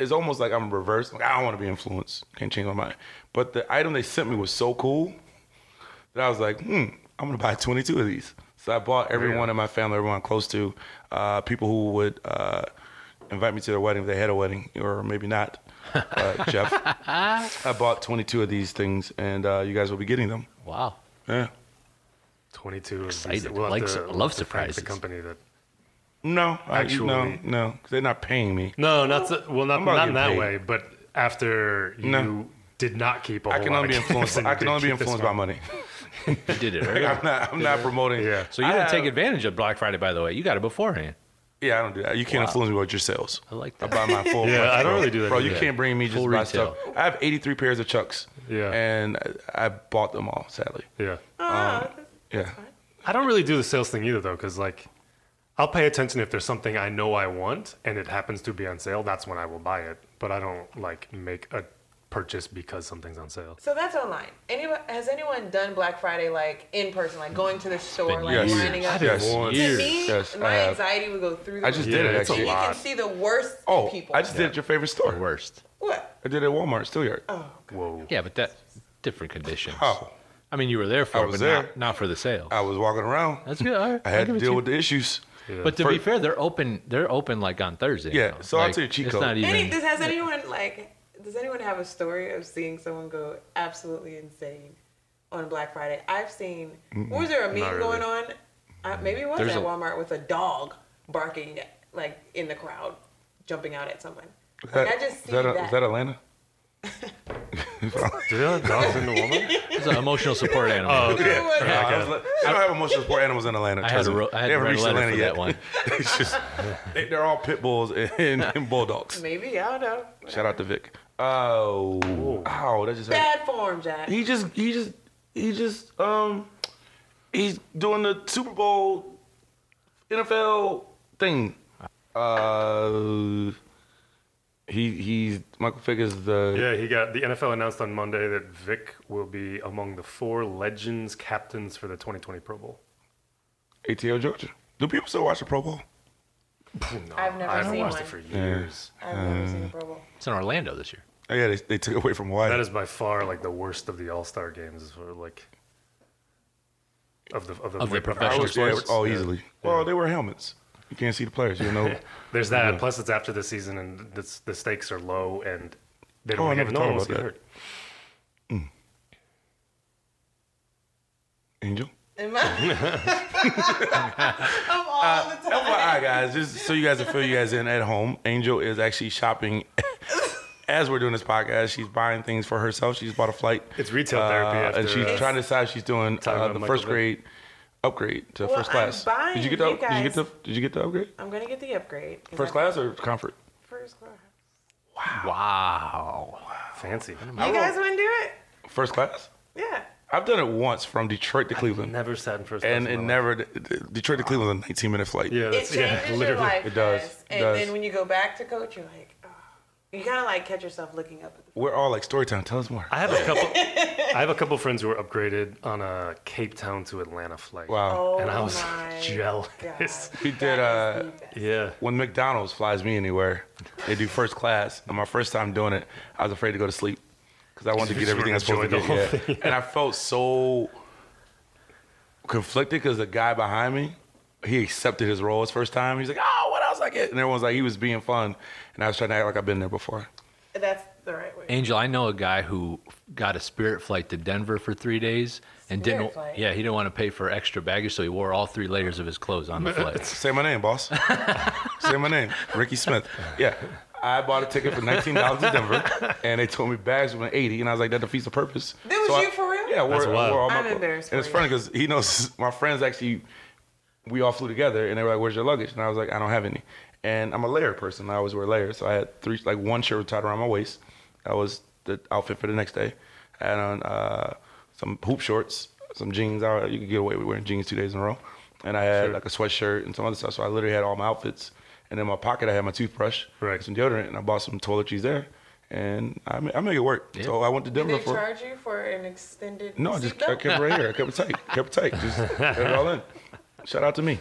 Speaker 4: it's almost like I'm reverse. Like I don't want to be influenced. Can't change my mind. But the item they sent me was so cool that I was like, hmm, I'm gonna buy 22 of these. So I bought everyone in my family, everyone close to, uh, people who would uh, invite me to their wedding if they had a wedding, or maybe not. Uh, Jeff, I bought 22 of these things, and uh, you guys will be getting them.
Speaker 3: Wow.
Speaker 4: Yeah.
Speaker 5: 22. of these-
Speaker 3: Excited.
Speaker 5: have
Speaker 3: Like,
Speaker 5: to-
Speaker 3: I
Speaker 5: we'll
Speaker 3: love
Speaker 5: have to thank
Speaker 3: surprises.
Speaker 5: The company that.
Speaker 4: No, actually, no,
Speaker 5: Actually.
Speaker 4: no, 'cause they're not paying me.
Speaker 5: No, not so, well, not
Speaker 4: I'm about
Speaker 5: not
Speaker 4: to
Speaker 5: in
Speaker 4: get
Speaker 5: that
Speaker 4: paid.
Speaker 5: way. But after you
Speaker 4: No.
Speaker 5: did not keep a
Speaker 4: I
Speaker 5: whole
Speaker 4: can
Speaker 5: lot
Speaker 4: only
Speaker 5: of
Speaker 4: be
Speaker 5: gifts
Speaker 4: influenced.
Speaker 5: and
Speaker 4: I
Speaker 5: you
Speaker 4: can
Speaker 5: did
Speaker 4: only be
Speaker 5: keep this
Speaker 4: influenced by
Speaker 5: one.
Speaker 4: money.
Speaker 3: You did it earlier.
Speaker 4: I'm not. I'm not promoting.
Speaker 5: Yeah.
Speaker 3: So you didn't
Speaker 4: I
Speaker 3: take
Speaker 4: have-
Speaker 3: advantage of Black Friday, by the way. You got it beforehand.
Speaker 4: Yeah, I don't do that. You can't influence me with your sales.
Speaker 3: I like
Speaker 4: I
Speaker 3: that.
Speaker 4: buy my full.
Speaker 5: Yeah,
Speaker 4: price,
Speaker 5: I don't
Speaker 4: bro.
Speaker 5: really do that
Speaker 4: Bro,
Speaker 5: either.
Speaker 4: you can't bring me just
Speaker 3: Full
Speaker 4: buy
Speaker 3: retail.
Speaker 4: stuff. I have 83 pairs of Chucks.
Speaker 5: Yeah.
Speaker 4: And I I bought them all. Sadly.
Speaker 5: Yeah.
Speaker 4: Yeah.
Speaker 5: I don't really do the sales thing either, though, because like I'll pay attention if there's something I know I want and it happens to be on sale. That's when I will buy it. But I don't like make a purchase because something's on sale.
Speaker 1: So that's online. Anyone has anyone done Black Friday like in person, like going to the store,
Speaker 3: been
Speaker 1: like
Speaker 4: Yes.
Speaker 1: lining up?
Speaker 4: Yes.
Speaker 5: want-
Speaker 1: To
Speaker 3: Years.
Speaker 1: me,
Speaker 4: Yes, I
Speaker 1: my
Speaker 4: have.
Speaker 1: anxiety would go through the
Speaker 4: I just
Speaker 1: roof.
Speaker 4: did it
Speaker 5: Yeah, it's a
Speaker 4: actually.
Speaker 1: You
Speaker 5: lot.
Speaker 1: can see the worst
Speaker 4: Oh,
Speaker 1: people.
Speaker 4: I just did it at your favorite store.
Speaker 3: The worst.
Speaker 1: what?
Speaker 4: I did it at Walmart, Steelyard. Oh.
Speaker 5: Whoa.
Speaker 3: Yeah, but that different conditions.
Speaker 4: How?
Speaker 3: I mean, you were there for
Speaker 4: Oh. I
Speaker 3: it,
Speaker 4: was
Speaker 3: but
Speaker 4: there.
Speaker 3: Not, not for the sale.
Speaker 4: I was walking around.
Speaker 3: That's good. All right.
Speaker 4: I
Speaker 3: I'll
Speaker 4: had
Speaker 3: give
Speaker 4: to
Speaker 3: it
Speaker 4: deal
Speaker 3: you.
Speaker 4: with the issues.
Speaker 3: But to be
Speaker 4: For-
Speaker 3: fair, they're open. They're open like on Thursday.
Speaker 4: Yeah,
Speaker 3: now.
Speaker 4: so I'll
Speaker 3: Like,
Speaker 4: tell you cheat
Speaker 3: it's
Speaker 4: code.
Speaker 3: not
Speaker 1: Any, does,
Speaker 3: even.
Speaker 1: has anyone like? Does anyone have a story of seeing someone go absolutely insane on Black Friday? I've seen. What was there a meme
Speaker 5: really.
Speaker 1: going on? Uh, maybe it was
Speaker 3: There's
Speaker 1: at
Speaker 3: a-
Speaker 1: Walmart with a dog. barking like in the crowd, jumping out at someone. Like,
Speaker 4: Is that-
Speaker 1: I just see
Speaker 4: is that,
Speaker 1: that.
Speaker 4: is that Atlanta?
Speaker 5: Do they have dogs in the woman?
Speaker 3: It's an emotional
Speaker 4: Oh,
Speaker 3: support animal.
Speaker 1: Everyone-
Speaker 4: No, I was like- they don't have emotional support animals in Atlanta.
Speaker 3: I had,
Speaker 4: trust
Speaker 3: a
Speaker 4: me.
Speaker 3: ro- I had
Speaker 4: They
Speaker 3: to
Speaker 4: haven't
Speaker 3: write a
Speaker 4: reached
Speaker 3: letter
Speaker 4: Atlanta
Speaker 3: for
Speaker 4: yet.
Speaker 3: that one.
Speaker 4: it's just they, they're all pit bulls and, and bulldogs.
Speaker 1: Maybe I don't know.
Speaker 4: Shout out to Vic. Oh, ow, that just hurt.
Speaker 1: Bad form, Jack.
Speaker 4: he just he just he just um he's doing the Super Bowl NFL thing. Uh, he he's Michael Figures the
Speaker 5: Yeah, he got the NFL announced on Monday that Vic will be among the four legends captains for the 2020 Pro Bowl.
Speaker 4: ATL Georgia. Do people still watch the Pro Bowl?
Speaker 1: I've never
Speaker 5: I haven't
Speaker 1: seen
Speaker 5: watched
Speaker 1: one.
Speaker 5: it for years.
Speaker 1: I've never seen a Pro Bowl.
Speaker 3: It's in Orlando this year.
Speaker 4: Oh, yeah, they, they took it away from
Speaker 5: That
Speaker 4: Hawaii.
Speaker 5: is by far like the worst of the All Star games for like of the of the,
Speaker 3: Of the
Speaker 5: way-
Speaker 3: professional
Speaker 5: our
Speaker 4: Yeah,
Speaker 5: sports.
Speaker 4: oh,
Speaker 5: Yeah.
Speaker 4: easily. Well, they wear helmets. You can't see the players. You know.
Speaker 5: There's that. Plus, it's after the season and the, the stakes are low and they don't
Speaker 4: Oh, I
Speaker 5: want to
Speaker 4: never
Speaker 5: get
Speaker 4: thought
Speaker 5: no one wants
Speaker 4: about
Speaker 5: to get
Speaker 4: that.
Speaker 5: hurt.
Speaker 4: Angel.
Speaker 1: Am I? I'm all the time.
Speaker 4: FYI, guys, just so you guys can fill you guys in at home, Angel is actually shopping as we're doing this podcast. She's buying things for herself. She's bought a flight.
Speaker 5: It's retail
Speaker 4: Uh,
Speaker 5: therapy after.
Speaker 4: and she's
Speaker 5: uh,
Speaker 4: trying to decide if she's doing
Speaker 5: talking
Speaker 4: uh,
Speaker 5: about
Speaker 4: the
Speaker 5: Michael
Speaker 4: first
Speaker 5: Vick.
Speaker 4: grade upgrade to
Speaker 1: Well,
Speaker 4: first class.
Speaker 1: I'm buying
Speaker 4: did you get the
Speaker 1: you
Speaker 4: did you get
Speaker 1: guys-
Speaker 4: the did you get the upgrade?
Speaker 1: I'm gonna get the upgrade. 'cause
Speaker 4: First
Speaker 1: I-
Speaker 4: class or comfort?
Speaker 1: First class.
Speaker 3: Wow.
Speaker 5: fancy.
Speaker 1: You guys wouldn't do it?
Speaker 4: First class.
Speaker 1: Yeah.
Speaker 4: I've done it once from Detroit to Cleveland,
Speaker 5: Never sat in first
Speaker 4: and
Speaker 5: class
Speaker 4: it
Speaker 5: in my life.
Speaker 4: never Detroit to Cleveland was a 19 minute flight.
Speaker 5: Yeah,
Speaker 1: It
Speaker 5: that's,
Speaker 1: changes
Speaker 5: yeah,
Speaker 1: your
Speaker 5: literally.
Speaker 1: life.
Speaker 4: It does.
Speaker 1: yes.
Speaker 4: It
Speaker 1: And
Speaker 4: does.
Speaker 1: then when you go back to coach, you're like, oh. you kind of like catch yourself looking up at the.
Speaker 4: We're all like story time. Tell us more.
Speaker 5: I have a couple. I have a couple friends who were upgraded on a Cape Town to Atlanta flight.
Speaker 4: Wow.
Speaker 1: Oh
Speaker 5: And I was
Speaker 1: my
Speaker 5: jealous.
Speaker 1: God.
Speaker 4: He did,
Speaker 1: That is
Speaker 4: uh,
Speaker 1: the best.
Speaker 5: Yeah.
Speaker 4: when McDonald's flies me anywhere, they do first class. And my first time doing it, I was afraid to go to sleep because I wanted to get
Speaker 5: You just
Speaker 4: everything I was supposed to
Speaker 5: wanna
Speaker 4: get.
Speaker 5: enjoy the
Speaker 4: yeah.
Speaker 5: whole thing.
Speaker 4: And I felt so conflicted because the guy behind me, he accepted his role his first time. He's like, "Oh, what else I get?" And everyone's like, "He was being fun," and I was trying to act like I've been there before.
Speaker 1: That's the right way.
Speaker 3: Angel, I know a guy who got a spirit flight to Denver for three days and
Speaker 1: Spirit
Speaker 3: didn't.
Speaker 1: flight?
Speaker 3: Yeah, he didn't want to pay for extra baggage, so he wore all three layers of his clothes on the flight.
Speaker 4: Say my name, boss. Say my name, Ricky Smith. Yeah. I bought a ticket for nineteen dollars in Denver, and they told me bags were eighty, and I was like, "That defeats the purpose."
Speaker 1: That was
Speaker 4: I-
Speaker 1: you for real?
Speaker 4: Yeah, I wore,
Speaker 5: That's
Speaker 4: I
Speaker 5: wild.
Speaker 4: wore all my
Speaker 1: I'm
Speaker 4: clothes.
Speaker 1: embarrassed
Speaker 4: And it's
Speaker 1: for
Speaker 4: funny
Speaker 1: you.
Speaker 4: because he knows my friends actually. We all flew together, and they were like, "Where's your luggage?" And I was like, "I don't have any." And I'm a layer person. I always wear layers, so I had three, like one shirt tied around my waist. That was the outfit for the next day. I had on uh, some hoop shorts, some jeans. I, you could get away with wearing jeans two days in a row. And I had like a sweatshirt and some other stuff. So I literally had all my outfits. And in my pocket, I had my toothbrush,
Speaker 5: Right.
Speaker 4: some deodorant, and I bought some toiletries there. And I, ma- I made it work. So I went to
Speaker 1: Did
Speaker 4: Denver
Speaker 1: they
Speaker 4: for.
Speaker 1: charge you for an extended?
Speaker 4: No, I just I
Speaker 1: seatbelt?
Speaker 4: kept it right here. I kept it tight. Kept it tight. Just got it all in. Shout out to me.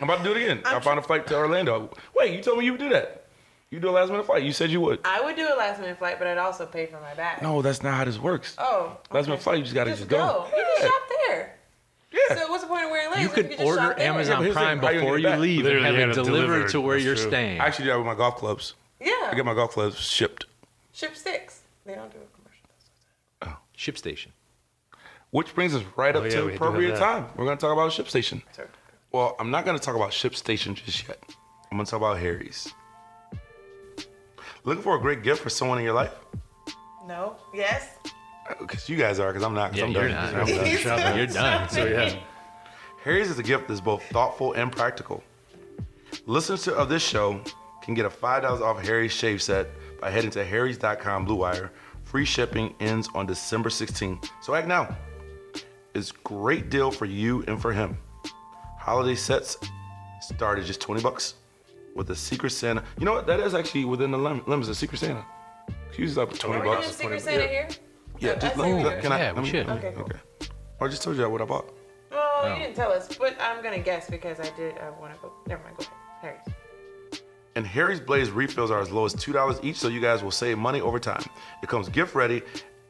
Speaker 4: I'm about to do it again. i found a flight to Orlando. Wait, you told me you would do that. You do a last minute flight. You said you would.
Speaker 1: I would do a last minute flight, but I'd also pay for my bag.
Speaker 4: No, that's not how this works.
Speaker 1: Oh.
Speaker 4: Last minute
Speaker 1: okay.
Speaker 4: flight, you just gotta just go.
Speaker 1: You
Speaker 4: Yeah.
Speaker 1: can shop there.
Speaker 4: Yeah.
Speaker 1: So what's the point of wearing legs?
Speaker 3: You
Speaker 1: if
Speaker 3: could
Speaker 1: just
Speaker 3: order
Speaker 1: shop there?
Speaker 3: Amazon
Speaker 4: here's the
Speaker 3: Prime
Speaker 4: thing, how you
Speaker 3: before
Speaker 4: get
Speaker 3: you
Speaker 4: back?
Speaker 3: leave and
Speaker 5: Literally,
Speaker 3: have
Speaker 5: you
Speaker 3: it
Speaker 5: gotta
Speaker 3: delivered
Speaker 5: deliver.
Speaker 3: to where
Speaker 5: That's
Speaker 3: you're
Speaker 5: true.
Speaker 3: staying.
Speaker 4: I actually do that with my golf clubs.
Speaker 1: Yeah.
Speaker 4: I get my golf clubs shipped.
Speaker 1: Ship sticks. They don't do a commercial.
Speaker 3: Ship station.
Speaker 4: Which brings us right up
Speaker 5: Oh, yeah,
Speaker 4: to
Speaker 5: we do have
Speaker 4: appropriate
Speaker 5: that.
Speaker 4: time. We're gonna talk about ship station.
Speaker 1: Sorry.
Speaker 4: Well, I'm not gonna talk about ship station just yet. I'm gonna talk about Harry's. Looking for a great gift for someone in your life?
Speaker 1: No. Yes.
Speaker 4: Because you guys are, because I'm not. 'cause
Speaker 3: Yeah,
Speaker 4: I'm
Speaker 3: you're
Speaker 4: done.
Speaker 3: not.
Speaker 4: I'm done.
Speaker 5: Shopping.
Speaker 3: You're done.
Speaker 5: So yeah,
Speaker 4: Harry's is a gift that's both thoughtful and practical. Listeners to- of this show can get a $5 off Harry's shave set by heading to harrys.com Blue Wire. Free shipping ends on December 16th, so act now. It's great deal for you and for him. Holiday sets start at just 20 bucks with a Secret Santa. You know what? That is actually within the lim- limits of Secret Santa. Usually like 20
Speaker 1: Are we doing
Speaker 4: bucks.
Speaker 1: Secret Santa
Speaker 4: yeah.
Speaker 1: here?
Speaker 4: Yeah,
Speaker 1: I
Speaker 4: just
Speaker 1: see
Speaker 4: let me,
Speaker 1: what you're
Speaker 4: can I?
Speaker 3: doing. Yeah, we
Speaker 4: let me-
Speaker 3: should.
Speaker 1: Okay, cool.
Speaker 4: okay. I just told you what I bought.
Speaker 1: Oh, you didn't tell us, but I'm gonna guess because I did. I want to go. Never mind. Go ahead. Harry's.
Speaker 4: And Harry's Blaze refills are as low as $2 each, so you guys will save money over time. It comes gift ready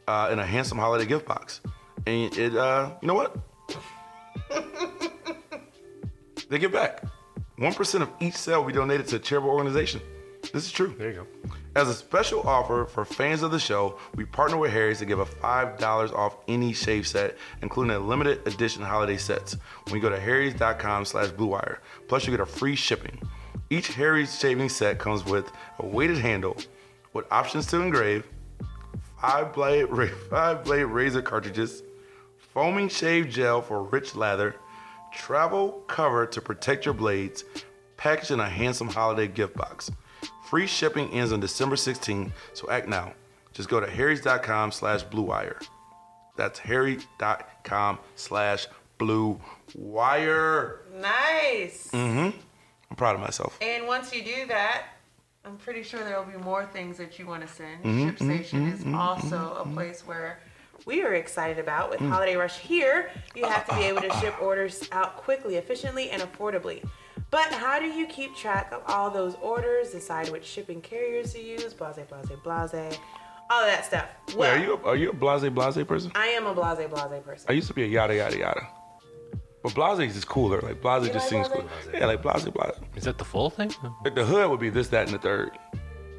Speaker 4: uh, in a handsome holiday gift box. And it, uh, you know what? they give back. 1% of each sale will be donated to a charitable organization. This is true.
Speaker 5: there you go.
Speaker 4: As a special offer for fans of the show, we partner with Harry's to give a $5 off any shave set, including a limited edition holiday sets. When you go to harrys.com slash blue wire, plus you get a free shipping. Each Harry's shaving set comes with a weighted handle with options to engrave, five blade, ra- five blade razor cartridges, foaming shave gel for rich lather, travel cover to protect your blades, packaged in a handsome holiday gift box. Free shipping ends on December 16th, so act now. Just go to harrys.com slash blue wire. That's harry.com slash blue wire.
Speaker 1: Nice.
Speaker 4: I'm proud of myself.
Speaker 1: And once you do that, I'm pretty sure there will be more things that you want to send. Ship Station is also a place where we are excited about with Holiday Rush here. You have to be able to ship orders out quickly, efficiently, and affordably. But how do you keep track of all those orders, decide which shipping carriers to use, blase, blase, blase, all of that stuff?
Speaker 4: Wait,
Speaker 1: Well,
Speaker 4: are you a, are you a blase blase person?
Speaker 1: I am a blase, blase person.
Speaker 4: I used to be a yada yada yada. But Blase is just cooler. Like Blase
Speaker 1: You
Speaker 4: just
Speaker 1: like
Speaker 4: seems cooler.
Speaker 1: Blase?
Speaker 4: Yeah, like Blase Blase.
Speaker 3: Is that the full thing?
Speaker 4: Like the hood would be this, that, and the third.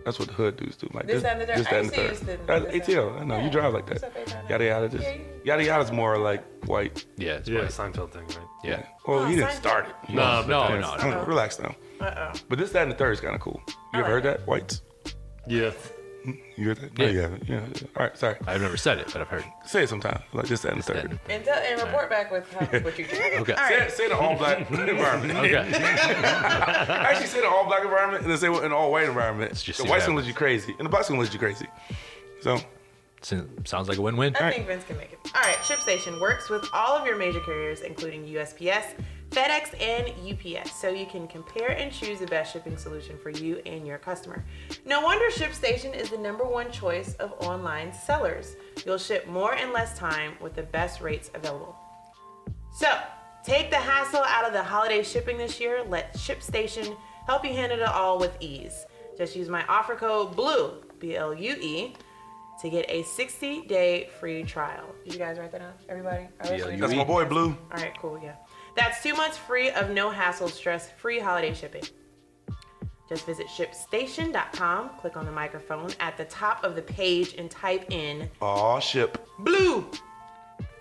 Speaker 4: That's what the hood dudes do. Like
Speaker 1: This, that, and the third. I used to use the-
Speaker 4: That's
Speaker 1: this, that.
Speaker 4: ATL. I know you
Speaker 1: Yeah.
Speaker 4: drive like that.
Speaker 1: It's okay, drive
Speaker 4: Yada yada.
Speaker 1: like
Speaker 4: Just
Speaker 1: that.
Speaker 4: yada yada is more like white.
Speaker 3: Yeah, it's
Speaker 5: Yeah,
Speaker 3: white.
Speaker 5: Seinfeld thing, right?
Speaker 3: Yeah.
Speaker 4: Well,
Speaker 1: Oh,
Speaker 4: he didn't
Speaker 1: Seinfeld.
Speaker 4: start it. He
Speaker 3: No,
Speaker 4: was-
Speaker 3: no,
Speaker 4: yeah.
Speaker 3: no,
Speaker 4: Relax now.
Speaker 1: Uh oh.
Speaker 4: But this, that, and the third is kind of cool. You
Speaker 1: I
Speaker 4: ever
Speaker 1: like
Speaker 4: heard that? Whites.
Speaker 5: Yeah.
Speaker 4: You heard that? No,
Speaker 3: Yeah.
Speaker 4: you haven't. yeah. yeah. All right. Sorry.
Speaker 3: I've never said it, but I've heard
Speaker 4: Say it sometime. Like this, that, and the
Speaker 3: that.
Speaker 4: third.
Speaker 1: And, tell, and report back with how, what you do.
Speaker 3: Okay.
Speaker 1: All
Speaker 4: Say,
Speaker 1: right.
Speaker 4: say the all black environment.
Speaker 3: Okay.
Speaker 4: Actually, say the all black environment and then say an all white environment.
Speaker 3: just
Speaker 4: the
Speaker 3: see
Speaker 4: white
Speaker 3: what
Speaker 4: one looks you crazy, and the black one looks you crazy. So
Speaker 3: So- Sounds like a win-win.
Speaker 1: I think Vince can make it. All right, ShipStation works with all of your major carriers, including USPS, FedEx, and UPS, so you can compare and choose the best shipping solution for you and your customer. No wonder ShipStation is the number one choice of online sellers. You'll ship more in less time with the best rates available. So, take the hassle out of the holiday shipping this year. Let ShipStation help you handle it all with ease. Just use my offer code BLUE, B L U E, to get a 60 day free trial. Did you guys write that down? Everybody? Our listeners?
Speaker 4: that's my boy Blue.
Speaker 1: All right, cool, yeah. That's two months free of no hassle, stress free holiday shipping. Just visit shipstation.com, click on the microphone at the top of the page, and type in
Speaker 4: Aw, ship.
Speaker 1: blue.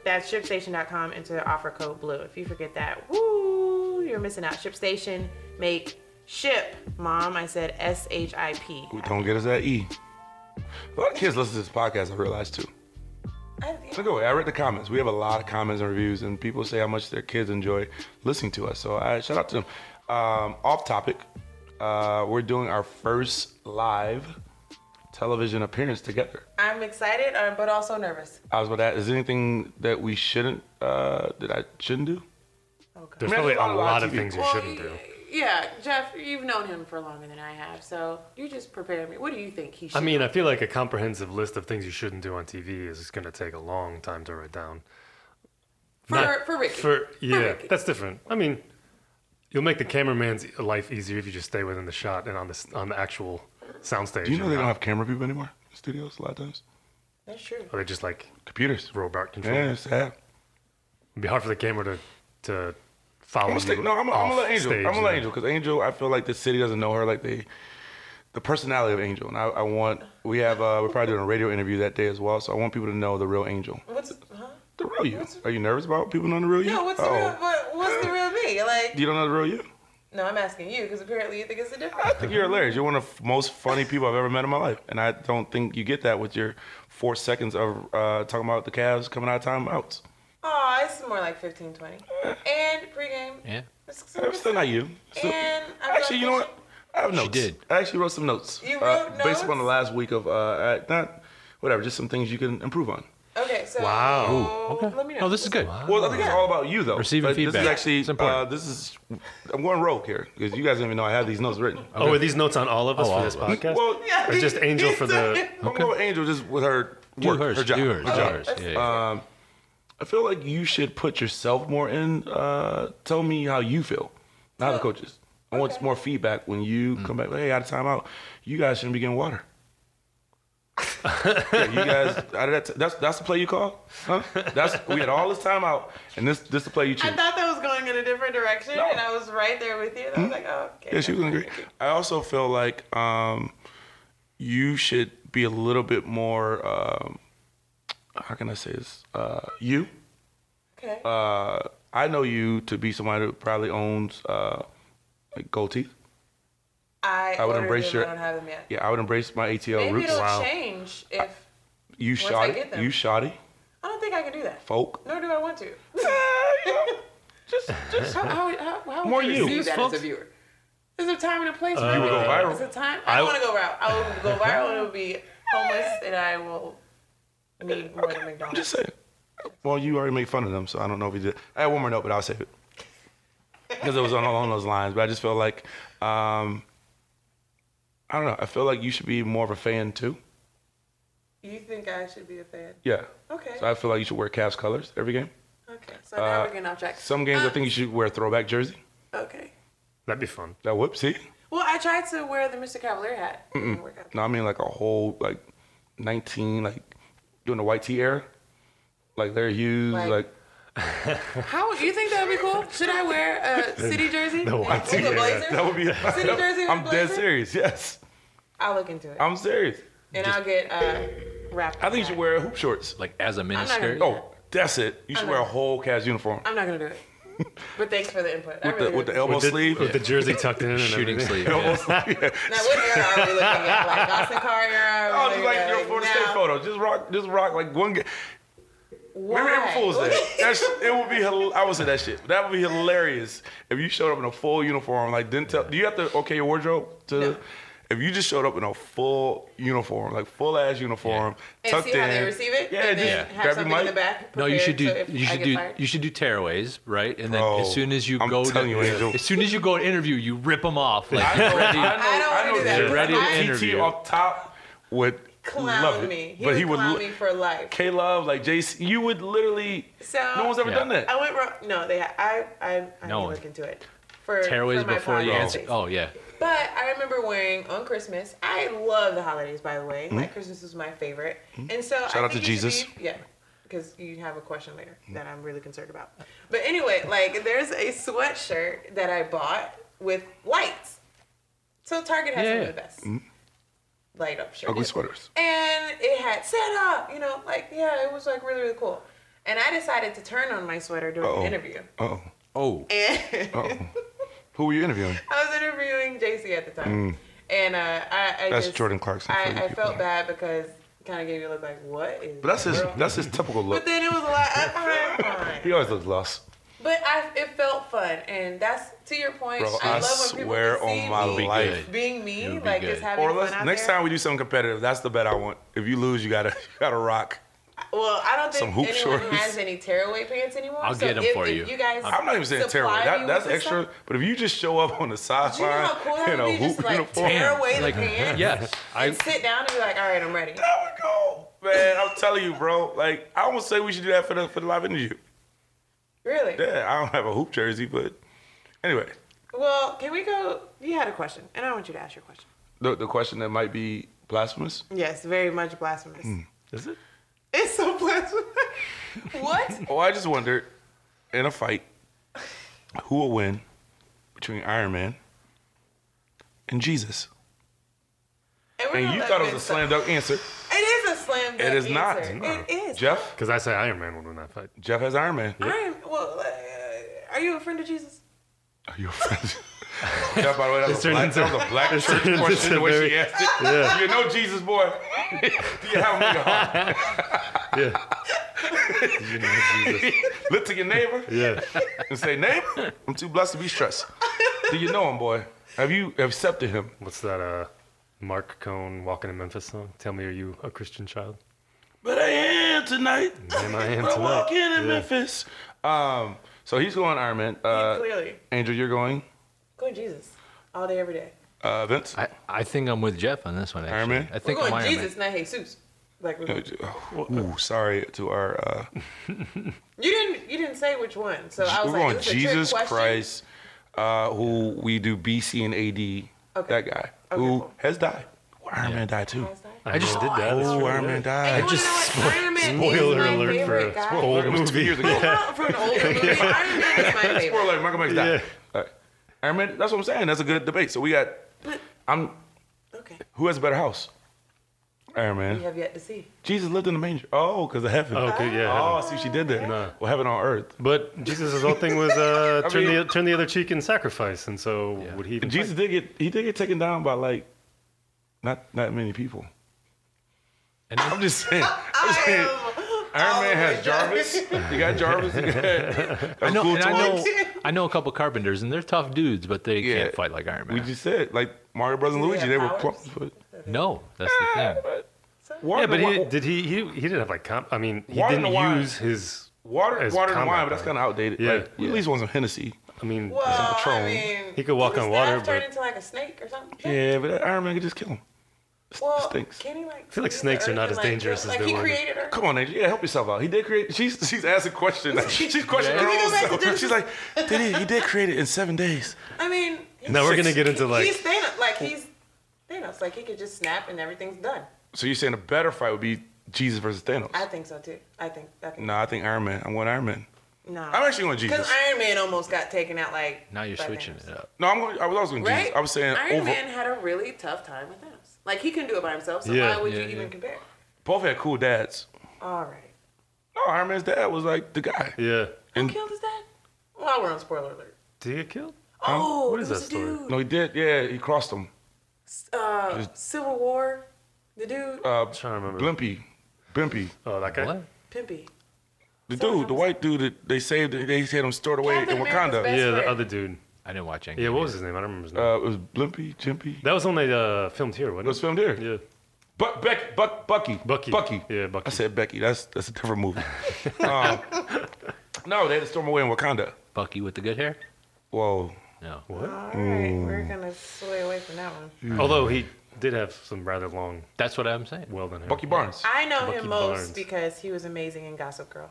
Speaker 1: That's shipstation.com. Enter the offer code blue. If you forget that, woo, you're missing out. ShipStation, make ship. Mom, I said S H I P.
Speaker 4: We don't get us that E. A lot of kids listen to this podcast, I realize too. Look away, I read the comments. We have a lot of comments and reviews, and people say how much their kids enjoy listening to us. So I shout out to them. Um, off topic, uh, we're doing our first live television appearance together.
Speaker 1: I'm excited, uh, but also nervous.
Speaker 4: I was about to ask, is there anything that we shouldn't, uh, that I shouldn't do?
Speaker 1: Okay.
Speaker 5: There's
Speaker 4: Man,
Speaker 5: probably a
Speaker 4: there's
Speaker 5: lot, of
Speaker 4: TV.
Speaker 5: things you
Speaker 1: Well,
Speaker 5: shouldn't do.
Speaker 1: Yeah, Jeff, you've known him for longer than I have, so you just prepare me. What do you think he should?
Speaker 5: I mean, I feel like a comprehensive list of things you shouldn't do on TV is going to take a long time to write down.
Speaker 1: for for Ricky.
Speaker 5: For yeah,
Speaker 1: Ricky.
Speaker 5: that's different. I mean, you'll make the cameraman's life easier if you just stay within the shot and on the s- on the actual soundstage.
Speaker 4: Do you know
Speaker 5: and
Speaker 4: they don't
Speaker 5: not-
Speaker 4: have camera people anymore? in Studios a lot of times.
Speaker 1: that's true.
Speaker 5: Are they just like
Speaker 4: Computers.
Speaker 5: robot control?
Speaker 4: Yeah, it's sad.
Speaker 5: It'd be hard for the camera to to follow
Speaker 4: I'm gonna
Speaker 5: you.
Speaker 4: stay, no, I'm, I'm gonna
Speaker 5: off
Speaker 4: let Angel.
Speaker 5: stage
Speaker 4: I'm gonna let
Speaker 5: and-
Speaker 4: Angel because Angel, I feel like the city doesn't know her like they, the personality of Angel, and I, I want we have uh, we're probably doing a radio interview that day as well, so I want people to know the real Angel,
Speaker 1: What's huh?
Speaker 4: the real you. Are you nervous about people knowing the real you?
Speaker 1: No, what's the
Speaker 4: Uh-oh.
Speaker 1: real? What,
Speaker 5: Oh.
Speaker 1: what's the real me? Like,
Speaker 4: You don't know the real you?
Speaker 1: no, I'm asking you because apparently you think it's a
Speaker 4: I
Speaker 1: different.
Speaker 4: think you're hilarious. You're one of the most funny people I've ever met in my life, and I don't think you get that with your four seconds of uh, talking about the Cavs coming out of timeouts.
Speaker 1: Oh, it's more like 15, 20. And pregame.
Speaker 3: Yeah.
Speaker 1: It's-
Speaker 4: That's still not you. Still-
Speaker 1: And I realized
Speaker 4: actually, you know what? I have notes.
Speaker 3: did.
Speaker 4: I actually wrote some notes.
Speaker 1: You
Speaker 4: uh,
Speaker 1: wrote
Speaker 4: based upon
Speaker 1: notes?
Speaker 4: the last week of uh, uh, not whatever, just some things you can improve on.
Speaker 1: Okay, so
Speaker 5: Wow.
Speaker 1: let me know.
Speaker 3: No, this is good.
Speaker 4: Well, I think it's all about you though.
Speaker 3: Receiving
Speaker 4: But This
Speaker 3: feedback.
Speaker 4: is actually
Speaker 3: It's important.
Speaker 4: Uh, this is I'm going rogue here because you guys don't even know I have these notes written.
Speaker 5: Oh, are these notes on all of us
Speaker 3: Oh,
Speaker 5: for
Speaker 3: all
Speaker 5: this
Speaker 3: of us.
Speaker 5: podcast?
Speaker 4: Well,
Speaker 1: Yeah,
Speaker 5: Or
Speaker 1: he-
Speaker 5: just Angel
Speaker 1: he
Speaker 5: for
Speaker 1: said
Speaker 5: the-
Speaker 1: it.
Speaker 4: I'm going with Angel just with her
Speaker 3: Do
Speaker 4: work,
Speaker 3: hers.
Speaker 4: her job.
Speaker 3: Do hers.
Speaker 4: her
Speaker 3: do
Speaker 4: job.
Speaker 3: hers. Yeah, yeah.
Speaker 1: Uh,
Speaker 4: I feel like you should put yourself more in. Uh, tell me how you feel, not the coaches. I want more feedback when you come back. Hey, out of timeout. You guys shouldn't be getting water. yeah, you guys out of that. that's that's the play you call, huh? That's we had all this time out, and this this the play you
Speaker 1: I
Speaker 4: choose.
Speaker 1: thought that was going in a different direction,
Speaker 4: No. Hmm?
Speaker 1: and I was right there with you. And I was like, oh, okay.
Speaker 4: Yeah, she was angry. I also feel like um, you should be a little bit more. Um, how can I say this? Uh, you.
Speaker 1: Okay.
Speaker 4: Uh, I know you to be somebody who probably owns uh, like gold teeth.
Speaker 1: I,
Speaker 4: I would
Speaker 1: ordered
Speaker 4: embrace
Speaker 1: them,
Speaker 4: your-
Speaker 1: I don't have them yet.
Speaker 4: Yeah, I would embrace my ATL
Speaker 1: Maybe
Speaker 4: roots.
Speaker 1: it'll
Speaker 5: Wow.
Speaker 1: change if
Speaker 4: You
Speaker 1: I
Speaker 4: shoddy.
Speaker 1: get them.
Speaker 4: You shoddy.
Speaker 1: I don't think I can do that.
Speaker 4: Folk.
Speaker 1: Nor do I want to.
Speaker 4: just, just
Speaker 1: how, how, how, how
Speaker 4: More
Speaker 1: would
Speaker 4: you.
Speaker 1: you receive
Speaker 4: These
Speaker 1: that
Speaker 4: folks-
Speaker 1: as a viewer? There's a time and a place for
Speaker 4: You would go
Speaker 1: everything.
Speaker 4: viral.
Speaker 1: There's a time. I,
Speaker 5: I-
Speaker 1: want to go viral. I will go viral and it will be homeless and I will need more than
Speaker 4: I'm
Speaker 1: McDonald's.
Speaker 4: just saying. Well, you already made fun of them, so I don't know if you did. I had one more note, but I'll save it because it was on, along those lines. But I just feel like um, I don't know. I feel like you should be more of a fan too.
Speaker 1: You think I should be a fan?
Speaker 4: Yeah.
Speaker 1: Okay.
Speaker 4: So I feel like you should wear Cavs colors every game.
Speaker 1: okay. So now
Speaker 4: Uh,
Speaker 1: we're getting off track.
Speaker 4: Some games I think
Speaker 1: Um,
Speaker 4: you should wear a throwback jersey.
Speaker 1: Okay.
Speaker 5: That'd be fun.
Speaker 4: That whoop, see?
Speaker 1: Well, I tried to wear the Mr. Cavalier hat. It didn't work out.
Speaker 4: No, I mean like a whole like nineteen like doing the white tee era, like Larry Hughes,
Speaker 1: Like-
Speaker 4: like,
Speaker 1: How you think that would be cool? Should I wear a city jersey?
Speaker 5: The white
Speaker 1: With a
Speaker 5: tee,
Speaker 1: blazer?
Speaker 4: that would be.
Speaker 1: City jersey. and a
Speaker 4: I'm dead
Speaker 1: blazer?
Speaker 4: serious. Yes,
Speaker 1: I'll look into it.
Speaker 4: I'm serious.
Speaker 1: and I'll get uh, wrapped.
Speaker 4: I think you should wear hoop shorts.
Speaker 3: Like as a
Speaker 1: not gonna
Speaker 3: miniskirt.
Speaker 1: do
Speaker 4: Oh, that's it. You should wear a whole Cavs uniform
Speaker 1: I'm not gonna do it. But thanks for the input. I
Speaker 4: with
Speaker 1: really
Speaker 4: the with the
Speaker 1: really-
Speaker 4: elbow
Speaker 5: With the,
Speaker 4: sleeve.
Speaker 5: with the jersey tucked in and
Speaker 3: shooting sleeve.
Speaker 5: everything.
Speaker 3: yeah.
Speaker 1: Now, what era are we looking at? Like Austin Carr era?
Speaker 4: Oh, just like your
Speaker 1: Like,
Speaker 4: Florida
Speaker 1: now-
Speaker 4: State photo. Just rock, just rock like one game.
Speaker 1: Why?
Speaker 4: Remember April Fool's Day? That's, it would be. hil- I would say that shit. That would be hilarious if you showed up in a full uniform. Like didn't tell. Do you have to okay your wardrobe to?
Speaker 1: No.
Speaker 4: If you just showed up in a full uniform, like full ass uniform,
Speaker 1: And
Speaker 4: tucked
Speaker 1: see how
Speaker 4: in,
Speaker 1: they receive it.
Speaker 4: Yeah,
Speaker 1: and
Speaker 4: just
Speaker 1: then have
Speaker 4: grab your
Speaker 1: something
Speaker 4: mic.
Speaker 1: in the back.
Speaker 3: No, you should do.
Speaker 1: prepared, so if
Speaker 3: you
Speaker 1: I
Speaker 3: should
Speaker 1: get
Speaker 3: do.
Speaker 1: fired-
Speaker 3: You should do tearaways, right? And then
Speaker 4: Bro,
Speaker 3: as soon as you
Speaker 4: I'm
Speaker 3: go, to,
Speaker 4: telling you, Angel.
Speaker 3: as soon as you go to interview, you rip them off. Like,
Speaker 4: I know,
Speaker 3: ready.
Speaker 4: I know,
Speaker 1: I don't
Speaker 4: I
Speaker 1: wanna do
Speaker 4: know
Speaker 1: that.
Speaker 4: Jim.
Speaker 3: Ready to
Speaker 1: I
Speaker 3: interview.
Speaker 4: TT off top would
Speaker 1: clown
Speaker 4: love it,
Speaker 1: me. He
Speaker 4: but
Speaker 1: would
Speaker 4: he would
Speaker 1: clown
Speaker 4: lo-
Speaker 1: me for life.
Speaker 4: K Love, like Jace, you would literally.
Speaker 1: So-
Speaker 4: no one's ever
Speaker 3: Yeah.
Speaker 4: done that.
Speaker 1: I went wrong. No, they. I. I. I
Speaker 3: No
Speaker 1: no
Speaker 3: one.
Speaker 1: look into it. For
Speaker 3: tearaways
Speaker 1: for my
Speaker 3: before you
Speaker 1: podcast
Speaker 3: answer.
Speaker 1: days.
Speaker 3: Oh yeah,
Speaker 1: But I remember wearing on Christmas. I love the holidays, by the way. Like Christmas was my favorite, and so I
Speaker 4: Hmm? Shout
Speaker 1: think
Speaker 4: out to
Speaker 1: it should
Speaker 4: Jesus. Hmm?
Speaker 1: be- yeah, because you have a question later that I'm really concerned about. But anyway, like there's a sweatshirt that I bought with lights. So Target has some
Speaker 3: Yeah.
Speaker 1: of the best light up shirts.
Speaker 4: Hmm? Ugly sweaters.
Speaker 1: And it had set up, you know, like yeah, it was like really really cool. And I decided to turn on my sweater during
Speaker 4: Uh-oh.
Speaker 1: the interview.
Speaker 4: Oh,
Speaker 3: oh
Speaker 1: And
Speaker 4: who were you interviewing?
Speaker 1: I was interviewing JC at the time, and uh, I, I
Speaker 4: Mm. That's
Speaker 1: just,
Speaker 4: Jordan Clarkson for you
Speaker 1: I, I
Speaker 4: people.
Speaker 1: felt bad because kind of gave you a look like what is.
Speaker 4: But that's his.
Speaker 1: wrong?
Speaker 4: That's his typical
Speaker 1: But
Speaker 4: look.
Speaker 1: then it was a lot. I'm fine.
Speaker 4: He always looks lost.
Speaker 1: But I, it felt fun, and that's to your point.
Speaker 4: Bro,
Speaker 1: I,
Speaker 4: I
Speaker 1: love when people
Speaker 4: swear
Speaker 1: can see
Speaker 4: on my
Speaker 1: me
Speaker 3: be
Speaker 4: life.
Speaker 3: good.
Speaker 1: being me,
Speaker 3: It'll be
Speaker 1: like just
Speaker 3: good.
Speaker 1: having
Speaker 4: Or
Speaker 1: fun
Speaker 4: let's
Speaker 1: out
Speaker 4: next
Speaker 1: there.
Speaker 4: time we do something competitive. That's the bet I want. If you lose, you gotta you gotta rock.
Speaker 1: Well, I don't
Speaker 4: Some
Speaker 1: think
Speaker 4: hoop
Speaker 1: anyone
Speaker 4: shorts.
Speaker 1: has any tearaway pants anymore.
Speaker 3: I'll
Speaker 1: so
Speaker 3: get 'em
Speaker 1: if,
Speaker 3: for
Speaker 1: if
Speaker 3: you.
Speaker 1: you guys,
Speaker 4: I'm not even saying terrible.
Speaker 1: supply
Speaker 4: That,
Speaker 1: me
Speaker 4: that's
Speaker 1: with this
Speaker 4: extra.
Speaker 1: stuff-
Speaker 4: But if you just show up
Speaker 1: Do you
Speaker 4: on the
Speaker 1: know
Speaker 4: sideline
Speaker 1: how cool that
Speaker 4: in
Speaker 1: would be?
Speaker 4: a
Speaker 1: Just
Speaker 4: hoop
Speaker 1: to, like
Speaker 4: uniform,
Speaker 1: tear away the
Speaker 3: like,
Speaker 1: pants.
Speaker 3: yes. I
Speaker 1: And sit down and be like, all right, I'm ready.
Speaker 4: that would go, man. I'm telling you, bro. Like I almost say we should do that for the for the live interview.
Speaker 1: Really?
Speaker 4: Yeah, I don't have a hoop jersey, but anyway,
Speaker 1: Well, can we go? You had a question, and I want you to ask your question.
Speaker 4: the the question that might be blasphemous.
Speaker 1: Yes, very much blasphemous.
Speaker 4: Hmm.
Speaker 5: Is it?
Speaker 1: It's so blasphemous. what?
Speaker 4: Oh, I just wondered, in a fight, who will win between Iron Man and Jesus?
Speaker 1: we're
Speaker 4: And
Speaker 1: gonna
Speaker 4: you
Speaker 1: let
Speaker 4: thought it
Speaker 1: Vince
Speaker 4: was a slam dunk answer.
Speaker 1: up. It is a slam dunk.
Speaker 4: It is not.
Speaker 1: answer.
Speaker 4: No.
Speaker 1: It is.
Speaker 4: Jeff,
Speaker 5: Because I say Iron Man would win that fight.
Speaker 4: Jeff has Iron Man.
Speaker 1: I am. Well, uh, are you a friend of Jesus?
Speaker 4: Are you a friend? Jeff, by the way, that was, a
Speaker 5: turned
Speaker 4: black,
Speaker 5: into-
Speaker 4: that was a black
Speaker 5: this
Speaker 4: church
Speaker 5: turned
Speaker 4: question
Speaker 5: into
Speaker 4: the way
Speaker 5: very-
Speaker 4: she asked it. You know Jesus, boy. Do you have a nigga heart?
Speaker 5: Yeah. you know Jesus.
Speaker 4: Look to your neighbor
Speaker 5: Yeah.
Speaker 4: and say, neighbor, I'm too blessed to be stressed. Do you know him, boy? Have you accepted him?
Speaker 5: What's that uh Mark Cohn walking in Memphis song? Tell me are you a Christian child?
Speaker 4: But I am tonight.
Speaker 5: Am I am
Speaker 4: But I walk in
Speaker 5: tonight.
Speaker 4: in
Speaker 5: Yeah.
Speaker 4: Memphis. Um, so he's going Iron Man. Uh,
Speaker 1: Clearly,
Speaker 4: Angel, you're going.
Speaker 1: going Jesus all day, every day.
Speaker 4: Uh, Vince.
Speaker 3: I, I think I'm with Jeff on this one. Actually.
Speaker 4: Iron Man?
Speaker 3: I
Speaker 1: We're
Speaker 3: think I'm
Speaker 1: going
Speaker 3: Iron
Speaker 1: Jesus, not Jesus. Like we're going,
Speaker 4: oh, Ooh, sorry to our. Uh,
Speaker 1: you didn't. You didn't say which one. So I was
Speaker 4: we're
Speaker 1: like,
Speaker 4: going
Speaker 1: this is a trick
Speaker 4: Jesus
Speaker 1: question.
Speaker 4: Christ, uh, who we do BC and AD.
Speaker 1: Okay.
Speaker 4: That guy
Speaker 1: Okay,
Speaker 4: who
Speaker 1: cool.
Speaker 4: has died. Well, Iron Man died too.
Speaker 1: Last night.
Speaker 5: I just did that. That's
Speaker 4: Oh,
Speaker 5: true,
Speaker 4: Iron
Speaker 5: yeah.
Speaker 4: Man
Speaker 1: And
Speaker 4: died.
Speaker 1: you
Speaker 5: just-
Speaker 1: wanna know what? Iron Man is
Speaker 5: Spoiler
Speaker 1: my
Speaker 5: alert
Speaker 1: favorite
Speaker 5: for
Speaker 1: guy.
Speaker 5: old
Speaker 4: It was two
Speaker 5: movie.
Speaker 4: years ago.
Speaker 1: Not from an older movie. Iron Man is my
Speaker 4: Spoiler
Speaker 1: favorite.
Speaker 4: alert, Michael Max died. All right. Iron Man. That's what I'm saying. That's a good debate. So we got.
Speaker 1: But
Speaker 4: I'm.
Speaker 1: okay.
Speaker 4: Who has a better house? Iron Man.
Speaker 1: You have yet to see.
Speaker 4: Jesus lived in the manger. Oh, because of heaven.
Speaker 5: Okay, yeah.
Speaker 4: Oh,
Speaker 5: heaven.
Speaker 4: see, what she did there.
Speaker 5: Nah.
Speaker 4: Well, heaven on earth.
Speaker 5: But Jesus' whole thing was uh, turn
Speaker 4: mean-
Speaker 5: the turn the other cheek in sacrifice, and so
Speaker 3: Yeah.
Speaker 5: would he? Even
Speaker 4: Jesus
Speaker 5: fight?
Speaker 4: did get he did get taken down by like not not many people.
Speaker 3: And then-
Speaker 4: I'm just saying. I'm just saying. Iron Man has Jarvis. You got Jarvis. You got
Speaker 3: I know, and I know,
Speaker 4: Utu.
Speaker 3: I know a couple carpenters, and they're tough dudes, but they
Speaker 4: Yeah.
Speaker 3: can't fight like Iron Man.
Speaker 4: We just said like Mario Brothers and
Speaker 1: Do they
Speaker 4: Luigi.
Speaker 1: have
Speaker 4: They were plump.
Speaker 1: powers?
Speaker 3: no, that's
Speaker 1: Ah.
Speaker 3: the thing.
Speaker 4: Water,
Speaker 5: Yeah, but
Speaker 4: wa-
Speaker 5: he did he he he didn't have like comp. I mean, he
Speaker 4: Water
Speaker 5: didn't
Speaker 4: and wine.
Speaker 5: use his
Speaker 4: water,
Speaker 5: as
Speaker 4: water and
Speaker 5: combat
Speaker 4: wine, but that's kind of outdated.
Speaker 5: Yeah.
Speaker 4: Like, we at least want some Hennessy.
Speaker 5: I mean,
Speaker 1: Well,
Speaker 4: Patron.
Speaker 1: I mean,
Speaker 5: He could walk
Speaker 1: can
Speaker 5: on
Speaker 1: the
Speaker 5: water,
Speaker 1: staff turn
Speaker 5: but-
Speaker 1: into like a snake or something.
Speaker 4: Yeah, but that Iron Man could just kill him.
Speaker 1: well,
Speaker 4: stinks.
Speaker 1: Can he like? I
Speaker 5: feel like snakes are not as dangerous as
Speaker 1: like,
Speaker 5: they
Speaker 1: Like he
Speaker 5: were.
Speaker 1: created her.
Speaker 4: Come on, Angel. Yeah, help yourself out. He did create. She's she's asking questions. Like, she's questioning
Speaker 1: Can we
Speaker 4: her
Speaker 1: go
Speaker 4: own
Speaker 1: back to
Speaker 4: self.
Speaker 1: Genesis?
Speaker 4: She's like, did he? He did create it in seven days.
Speaker 1: I mean, he's,
Speaker 5: Now we're
Speaker 4: Six.
Speaker 5: gonna get into like
Speaker 1: he's Thanos. Like he's Thanos. Like he could just snap and everything's done.
Speaker 4: So you're saying a better fight would be Jesus versus Thanos?
Speaker 1: I think so too. I think. I think.
Speaker 4: no, I think Iron Man. I'm going Iron Man.
Speaker 1: No.
Speaker 4: I'm actually going
Speaker 1: Because
Speaker 4: Jesus.
Speaker 1: Iron Man almost got taken out. Like
Speaker 3: Now you're
Speaker 1: by
Speaker 3: switching
Speaker 1: Thanos.
Speaker 3: it up.
Speaker 4: No, I'm going. I was always going
Speaker 1: Right?
Speaker 4: Jesus. I was saying
Speaker 1: Iron
Speaker 4: over.
Speaker 1: Man had a really tough time with Thanos. Like he couldn't do it by himself. So
Speaker 5: Yeah,
Speaker 1: why would
Speaker 3: yeah,
Speaker 1: you even
Speaker 3: yeah.
Speaker 1: compare?
Speaker 4: Both had cool dads.
Speaker 1: All right.
Speaker 4: No, Iron Man's dad was like the guy.
Speaker 5: yeah.
Speaker 1: Who
Speaker 4: And-
Speaker 1: killed his dad? Well, we're on spoiler alert.
Speaker 5: Did he get killed?
Speaker 1: Oh,
Speaker 5: what
Speaker 1: it
Speaker 5: is
Speaker 1: was
Speaker 5: that
Speaker 1: a
Speaker 5: story?
Speaker 1: dude.
Speaker 4: No, he did. Yeah, he crossed him.
Speaker 1: Uh, Civil War. The dude.
Speaker 4: Uh,
Speaker 5: trying to remember.
Speaker 4: Blimpy, Blimpy,
Speaker 5: Oh, that guy.
Speaker 3: What?
Speaker 1: Pimpy.
Speaker 4: the dude, the white dude that they saved. They had him stored away
Speaker 1: Captain
Speaker 4: in
Speaker 1: America's
Speaker 4: Wakanda.
Speaker 1: best-
Speaker 5: Yeah, the
Speaker 1: friend.
Speaker 5: other dude.
Speaker 3: I didn't watch Endgame.
Speaker 5: Yeah, what was his name? I don't remember his name.
Speaker 4: Uh, it was Blimpy, Jimpy.
Speaker 5: that was when they uh, filmed here,
Speaker 4: It was
Speaker 5: wasn't
Speaker 4: filmed here.
Speaker 5: it? Yeah.
Speaker 4: Buck, Beck, Buck, Bucky.
Speaker 5: Bucky.
Speaker 4: Bucky.
Speaker 5: Yeah, Bucky.
Speaker 4: I said Becky. That's that's a different movie. um, no, they had to storm away in Wakanda.
Speaker 3: Bucky with the good hair?
Speaker 4: Whoa.
Speaker 3: No.
Speaker 1: All right, we're gonna sway away from that one.
Speaker 5: Although he did have some rather long,
Speaker 3: That's what I'm saying.
Speaker 5: well done hair.
Speaker 4: Bucky Barnes.
Speaker 1: I know
Speaker 5: Bucky
Speaker 1: him most
Speaker 5: Barnes.
Speaker 1: because he was amazing in Gossip Girl.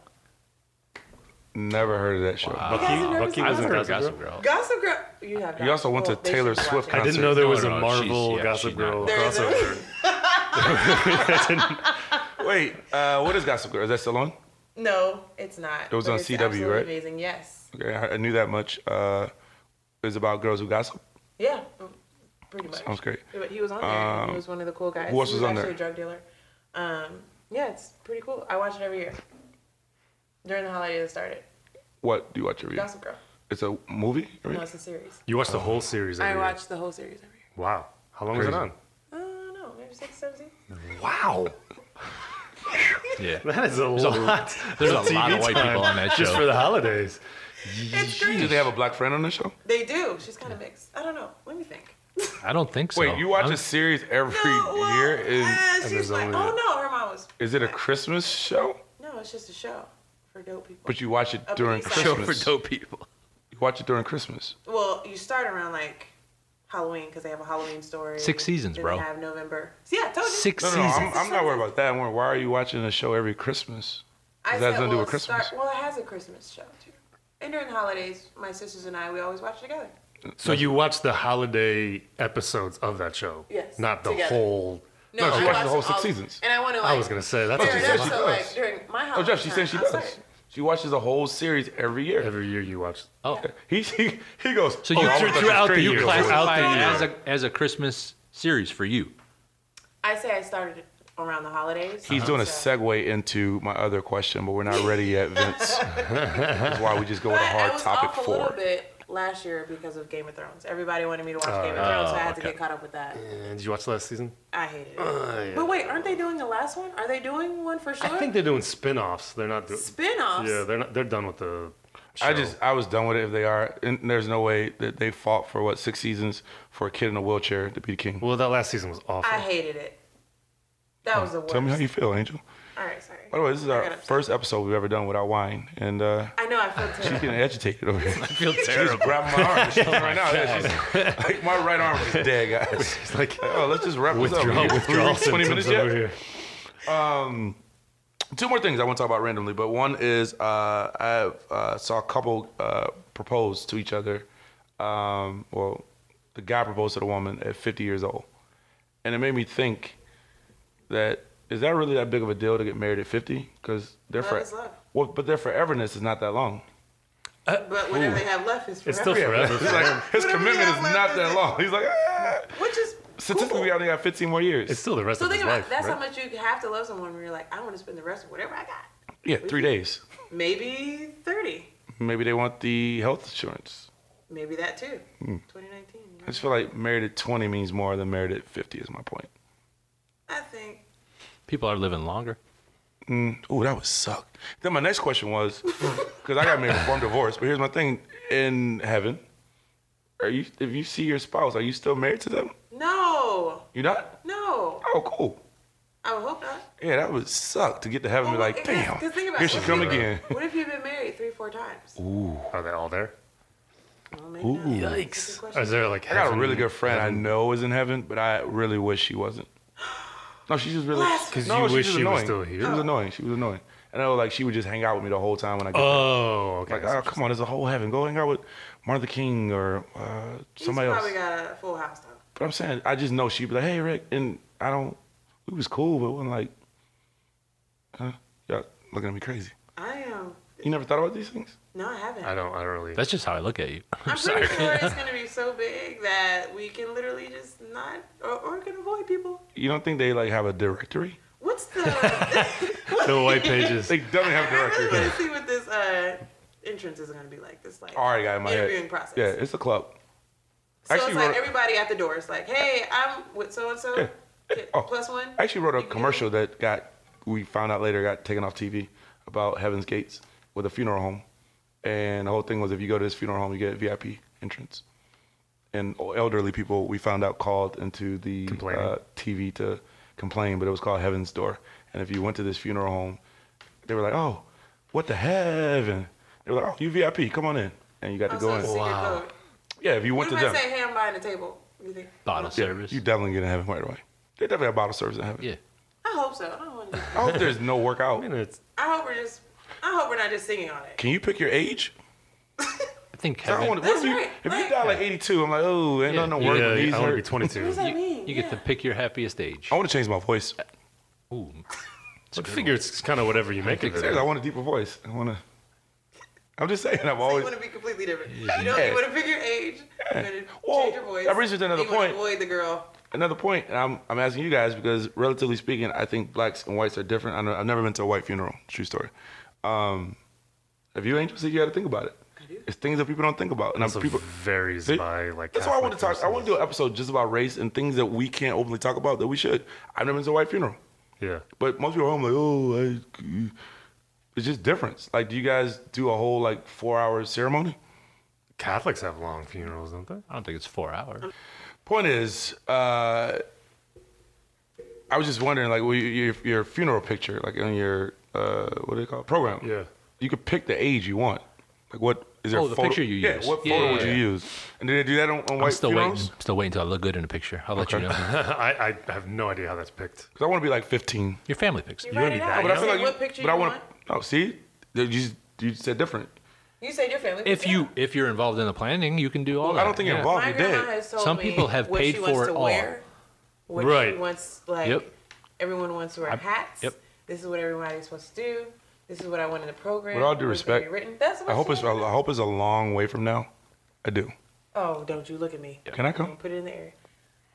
Speaker 4: Never heard of that show.
Speaker 5: Bucky,
Speaker 1: guys have never
Speaker 5: Bucky
Speaker 1: seen
Speaker 5: was
Speaker 1: Gossip
Speaker 5: in
Speaker 1: Girl?
Speaker 5: Gossip Girl.
Speaker 3: Girl.
Speaker 1: Gossip Girl, you have.
Speaker 4: You also went to
Speaker 1: Gossip- well, they
Speaker 4: Taylor
Speaker 1: should watch
Speaker 4: Swift
Speaker 1: it.
Speaker 5: I didn't
Speaker 4: Concert.
Speaker 5: know there
Speaker 3: No,
Speaker 5: was
Speaker 3: no,
Speaker 5: a
Speaker 3: no, she's-
Speaker 5: Marvel
Speaker 3: yeah,
Speaker 5: Gossip
Speaker 3: she's not.
Speaker 5: Girl
Speaker 1: There is a-
Speaker 5: crossover.
Speaker 4: Wait, uh, what is Gossip Girl? Is that still on?
Speaker 1: No, it's not.
Speaker 4: It was
Speaker 1: but
Speaker 4: on
Speaker 1: it's
Speaker 4: CW,
Speaker 1: absolutely
Speaker 4: right?
Speaker 1: Amazing, yes.
Speaker 4: Okay, I, I knew that much. Uh, it was about girls who gossip.
Speaker 1: Yeah, mm, pretty much.
Speaker 4: Sounds great.
Speaker 1: But he was on there. and
Speaker 4: Um,
Speaker 1: he was one of the cool guys.
Speaker 4: who else
Speaker 1: he
Speaker 4: was
Speaker 1: was,
Speaker 4: on
Speaker 1: actually
Speaker 4: there?
Speaker 1: a drug dealer. Um, yeah, it's pretty cool. I watch it every year during the holiday that started.
Speaker 4: What do you watch every year?
Speaker 1: Gossip Girl.
Speaker 4: It's a movie.
Speaker 1: No, it's a series.
Speaker 5: You watched the whole series.
Speaker 1: I
Speaker 5: every year.
Speaker 1: watch the whole series every year.
Speaker 5: Wow. How long was it
Speaker 4: Crazy.
Speaker 5: on?
Speaker 1: I don't know, maybe six, seven seasons.
Speaker 4: Wow.
Speaker 3: Yeah.
Speaker 5: That is a
Speaker 3: a
Speaker 5: lot.
Speaker 3: lot. There's a lot of
Speaker 5: TV
Speaker 3: white
Speaker 5: time
Speaker 3: people on that show.
Speaker 5: just for the holidays.
Speaker 1: It's great.
Speaker 4: Do they have a black friend on the show?
Speaker 1: They do. She's kind of mixed. I don't know. Let me think.
Speaker 3: I don't think so.
Speaker 4: Wait, you watch
Speaker 3: I'm-
Speaker 4: a series every
Speaker 1: No, well,
Speaker 4: year? Is,
Speaker 1: uh,
Speaker 5: there's
Speaker 1: she's like,
Speaker 5: only-
Speaker 1: oh no, her mom was.
Speaker 4: is it a Christmas show?
Speaker 1: No, it's just a show for dope people.
Speaker 4: But you watch it
Speaker 1: A
Speaker 4: during
Speaker 1: police officer.
Speaker 4: Christmas.
Speaker 3: show for dope people.
Speaker 4: You watch it during Christmas.
Speaker 1: well, you start around like Halloween because they have a Halloween story.
Speaker 3: Six seasons,
Speaker 1: then
Speaker 3: bro.
Speaker 1: They have November. So, yeah, I told you.
Speaker 3: Six
Speaker 4: No, no, no
Speaker 3: seasons.
Speaker 4: I'm, I'm not worried about that. I'm worried, why are you watching a show every Christmas?
Speaker 1: I
Speaker 4: That has nothing to do
Speaker 1: well,
Speaker 4: with Christmas.
Speaker 1: Start, well, it has a Christmas show too. And during the holidays, my sisters and I we always watch together.
Speaker 5: So you watched the holiday episodes of that show?
Speaker 1: Yes,
Speaker 5: Not the
Speaker 1: together.
Speaker 5: whole.
Speaker 4: No, she
Speaker 1: I
Speaker 4: watched
Speaker 1: watch
Speaker 4: the whole six
Speaker 1: all-
Speaker 4: seasons.
Speaker 1: And I want to. Like,
Speaker 5: I was gonna say that's
Speaker 4: No,
Speaker 1: Fair
Speaker 4: she
Speaker 5: just
Speaker 1: enough.
Speaker 4: said
Speaker 1: So like
Speaker 4: does.
Speaker 1: during my
Speaker 4: Oh,
Speaker 1: Halloween,
Speaker 4: Jeff, she's saying she
Speaker 1: time, I
Speaker 4: does.
Speaker 1: started-
Speaker 4: She watches the whole series every year.
Speaker 5: every year you watch.
Speaker 3: oh.
Speaker 4: He, he, he goes, "Oh,
Speaker 3: So you,
Speaker 4: I
Speaker 5: through-
Speaker 4: watched
Speaker 5: throughout the
Speaker 4: crazy
Speaker 5: year.
Speaker 3: you
Speaker 4: girl."
Speaker 3: classify
Speaker 5: Throughout
Speaker 3: it
Speaker 5: the
Speaker 3: as
Speaker 5: year.
Speaker 3: a, as a Christmas series for you.
Speaker 1: I say I started around the holidays.
Speaker 4: He's doing a segue into my other question, but we're not ready yet, Vince. That's why we just go with a
Speaker 1: But I
Speaker 4: hard
Speaker 1: was
Speaker 4: topic
Speaker 1: off a
Speaker 4: for.
Speaker 1: little bit last year because of Game of Thrones. Everybody wanted me to watch
Speaker 4: Oh,
Speaker 1: Game of Thrones, so I had to get caught up with that.
Speaker 5: And did you watch last season?
Speaker 1: I hated it. But wait, aren't they doing the last one? Are they doing one for sure?
Speaker 5: I think they're doing spin-offs. They're not doing.
Speaker 1: spin-offs.
Speaker 5: Yeah, they're not. They're done with the. Show.
Speaker 4: I just I was done with it if they are. And there's no way that they fought for what six seasons for a kid in a wheelchair to be the king.
Speaker 5: Well, that last season was awful.
Speaker 1: I hated it. That was the worst.
Speaker 4: Tell me how you feel, Angel.
Speaker 1: All right, sorry.
Speaker 4: By the way, this is
Speaker 1: I
Speaker 4: our
Speaker 1: got upset.
Speaker 4: first episode we've ever done without wine, and uh,
Speaker 1: I know I feel terrible.
Speaker 4: she's getting agitated over here.
Speaker 3: I feel
Speaker 4: She's
Speaker 3: terrible.
Speaker 4: grabbing my arm. She's right now. She's, like, my right arm is dead, guys.
Speaker 5: It's like
Speaker 4: Oh, let's just wrap this up.
Speaker 5: withdrawal.
Speaker 4: here.
Speaker 5: Withdrawal.
Speaker 4: Twenty minutes
Speaker 5: symptoms
Speaker 4: yet.
Speaker 5: over here.
Speaker 4: Two more things I want to talk about randomly, but one is uh, I uh, saw a couple uh, propose to each other. Um, well, the guy proposed to the woman at 50 years old, and it made me think that is that really that big of a deal to get married at 50? Because they're
Speaker 1: Love
Speaker 4: for
Speaker 1: is love.
Speaker 4: well, but their foreverness is not that long.
Speaker 1: But whatever they have left is forever.
Speaker 5: It's still forever.
Speaker 4: He's like, his
Speaker 1: Whatever
Speaker 4: commitment
Speaker 1: you
Speaker 4: is
Speaker 1: have left
Speaker 4: not
Speaker 1: is
Speaker 4: that
Speaker 1: it.
Speaker 4: long. He's like, ah.
Speaker 1: Which is
Speaker 4: Statistically, we
Speaker 1: Cool.
Speaker 4: only got 15 more years.
Speaker 5: It's still the rest
Speaker 1: So
Speaker 5: of his
Speaker 1: think about
Speaker 5: life.
Speaker 1: it. that's
Speaker 5: right?
Speaker 1: how much you have to love someone when you're like, I want to spend the rest of whatever I got.
Speaker 4: yeah, three days.
Speaker 1: Maybe 30.
Speaker 4: Maybe they want the health insurance.
Speaker 1: Maybe that too. 2019.
Speaker 4: Hmm. I just feel like married at 20 means more than married at 50 is my point.
Speaker 1: I think.
Speaker 3: People are living longer.
Speaker 4: Ooh, that would suck. Then my next question was, because I got married before I'm divorced, but here's my thing: in heaven, are you if you see your spouse, are you still married to them?
Speaker 1: No.
Speaker 4: You not?
Speaker 1: No.
Speaker 4: Oh, cool.
Speaker 1: I would hope not.
Speaker 4: Yeah, that would suck to get to heaven and be
Speaker 1: Well,
Speaker 4: like,
Speaker 1: it- 'cause-
Speaker 4: damn,
Speaker 1: 'cause think about
Speaker 4: here
Speaker 1: it.
Speaker 4: she
Speaker 1: What
Speaker 4: come
Speaker 1: if-
Speaker 4: again.
Speaker 1: What if you've been married three, four times?
Speaker 5: Are they all there?
Speaker 1: Well, maybe not. That's a good
Speaker 5: Or
Speaker 1: question.
Speaker 5: is there like
Speaker 4: I got a
Speaker 5: heaven-
Speaker 4: really good friend I know is in heaven, but I really wish she wasn't. No, she's just really.
Speaker 1: Blasphemy.
Speaker 5: Because
Speaker 4: no,
Speaker 5: you
Speaker 4: she's
Speaker 5: wish
Speaker 4: just
Speaker 5: she was
Speaker 4: annoying.
Speaker 5: still here?
Speaker 4: She was annoying. She was annoying, and I was like, she would just hang out with me the whole time when I get there.
Speaker 5: Oh, okay.
Speaker 4: Like, oh, come on, there's a whole heaven. Go hang out with Martin Luther King or uh,
Speaker 1: He's
Speaker 4: somebody else.
Speaker 1: probably got a full house though.
Speaker 4: But I'm saying, I just know she'd be like, "Hey, Rick," and I don't. We was cool, but wasn't like, huh? Y'all looking at me crazy.
Speaker 1: I am.
Speaker 4: You never thought about these things?
Speaker 1: No, I haven't.
Speaker 5: I don't. I don't really.
Speaker 3: That's just how I look at you.
Speaker 1: I'm pretty sure it's gonna be so big that we can literally just not, or, or can avoid people.
Speaker 4: You don't think they like have a directory?
Speaker 1: What's the?
Speaker 5: the white pages.
Speaker 4: They definitely have a
Speaker 1: I really
Speaker 4: directory.
Speaker 1: want to see what this uh, entrance is gonna be like. This like
Speaker 4: I already got it in my
Speaker 1: interviewing
Speaker 4: head.
Speaker 1: process.
Speaker 4: Yeah, it's a club.
Speaker 1: so
Speaker 4: actually
Speaker 1: it's like
Speaker 4: wrote-
Speaker 1: everybody at the door is like, "Hey, I'm with so and so,
Speaker 4: Oh.
Speaker 1: plus one."
Speaker 4: I actually wrote
Speaker 1: You
Speaker 4: a
Speaker 1: can-
Speaker 4: commercial that got we found out later got taken off TV about Heaven's Gates with a funeral home, and the whole thing was if you go to this funeral home, you get VIP entrance. And elderly people we found out called into the
Speaker 5: Complaining.
Speaker 4: uh, TV to complain, but it was called Heaven's Door. And if you went to this funeral home, they were like, "Oh, what the heaven?" They were like, "Oh, you VIP, come on in," and you got to
Speaker 1: Oh, so
Speaker 4: go
Speaker 1: it's
Speaker 4: in.
Speaker 1: secret
Speaker 5: Wow.
Speaker 1: code.
Speaker 4: Yeah, if you
Speaker 1: What
Speaker 4: went
Speaker 1: if
Speaker 4: to
Speaker 1: I
Speaker 4: them,
Speaker 1: say, "Hey, I'm buying a table"? You think?
Speaker 3: Bottle
Speaker 4: yeah,
Speaker 3: service.
Speaker 4: you definitely get in heaven right away. They definitely have bottle service in heaven.
Speaker 3: yeah.
Speaker 1: I hope so. I don't want to.
Speaker 4: I hope there's no workout.
Speaker 5: I mean, it's
Speaker 1: I hope we're just. I hope we're not just singing on it.
Speaker 4: Can you pick your age?
Speaker 3: I think
Speaker 4: I don't
Speaker 3: heaven,
Speaker 4: wanna- what
Speaker 1: That's
Speaker 4: if you,
Speaker 1: right,
Speaker 4: if you
Speaker 1: like-
Speaker 4: die like 82, I'm like, oh, ain't
Speaker 3: Yeah.
Speaker 4: nothing to
Speaker 5: yeah,
Speaker 4: work with these
Speaker 5: I want to be
Speaker 4: hurt.
Speaker 5: 22.
Speaker 1: What does that mean?
Speaker 3: you get to
Speaker 1: Yeah.
Speaker 3: pick your happiest age.
Speaker 4: I want to change my voice.
Speaker 3: Ooh.
Speaker 5: I figure it's kind of whatever you make of
Speaker 4: Seriously, I
Speaker 5: it.
Speaker 4: want a deeper voice. I want to. I'm just saying, I've
Speaker 1: you
Speaker 4: always.
Speaker 1: want to be completely different. You don't.
Speaker 4: Yeah.
Speaker 1: You want to pick your age. You want to
Speaker 4: Well,
Speaker 1: change your voice.
Speaker 4: that brings us to another
Speaker 1: you wanna
Speaker 4: point.
Speaker 1: Avoid the girl.
Speaker 4: Another point, and I'm, I'm asking you guys because, relatively speaking, I think blacks and whites are different. I know, I've never been to a white funeral. True story. Um, if you ain't interested, you got to think about it. It's things that people don't think about. And I'm
Speaker 5: Also
Speaker 4: people.
Speaker 5: varies
Speaker 4: See?
Speaker 5: by like.
Speaker 4: That's why I
Speaker 5: Catholic
Speaker 4: want to talk. I want to do an episode just about race and things that we can't openly talk about that we should. I've never been to a white funeral.
Speaker 5: Yeah.
Speaker 4: But most people are home like, oh, I, it's just difference. Like, do you guys do a whole like four hour ceremony?
Speaker 5: Catholics have long funerals, don't they?
Speaker 3: I don't think it's four hours.
Speaker 4: Point is, uh, I was just wondering, like, well, you- your, your funeral picture, like on your uh, what do they call it? program?
Speaker 5: Yeah.
Speaker 4: you could pick the age you want. Like, what is there?
Speaker 3: Oh,
Speaker 4: a
Speaker 3: the
Speaker 4: photo?
Speaker 3: picture you
Speaker 4: yeah,
Speaker 3: use.
Speaker 4: What
Speaker 3: Yeah,
Speaker 4: photo
Speaker 3: yeah,
Speaker 4: would you
Speaker 3: yeah.
Speaker 4: use? And do they do that on, on
Speaker 3: I'm
Speaker 4: white
Speaker 3: still
Speaker 4: funerals?
Speaker 3: waiting. Still waiting till I look good in a picture. I'll let you know.
Speaker 5: I, I have no idea how that's picked.
Speaker 4: Because I want to be like 15.
Speaker 3: Your family picks.
Speaker 1: You
Speaker 3: it.
Speaker 1: write it out.
Speaker 4: but I feel
Speaker 1: say
Speaker 4: like
Speaker 1: what
Speaker 4: you,
Speaker 1: picture
Speaker 4: but
Speaker 1: you
Speaker 4: I
Speaker 1: want.
Speaker 4: No, see, you just, you said different.
Speaker 1: You said your family.
Speaker 3: If you if you're involved in the planning, you can do all that.
Speaker 4: I don't think
Speaker 3: yeah.
Speaker 4: you're involved.
Speaker 1: My
Speaker 4: you
Speaker 1: grandma
Speaker 4: did.
Speaker 1: has told
Speaker 3: Some
Speaker 1: me
Speaker 3: people have
Speaker 1: what
Speaker 3: paid
Speaker 1: she wants
Speaker 3: for
Speaker 1: to
Speaker 3: it all.
Speaker 1: wear, what
Speaker 5: Right.
Speaker 1: she wants, like
Speaker 3: Yep.
Speaker 1: everyone wants to wear hats.
Speaker 3: yep.
Speaker 1: This is what everybody's supposed to do. This is what I want in the program.
Speaker 4: With all due
Speaker 1: What's gonna be
Speaker 4: respect,
Speaker 1: written. That's what
Speaker 4: I hope
Speaker 1: she
Speaker 4: it's I
Speaker 1: wants.
Speaker 4: hope it's a long way from now. I do.
Speaker 1: Oh, don't you look at me.
Speaker 4: Can I
Speaker 1: I'm
Speaker 4: come?
Speaker 1: gonna put it in the air.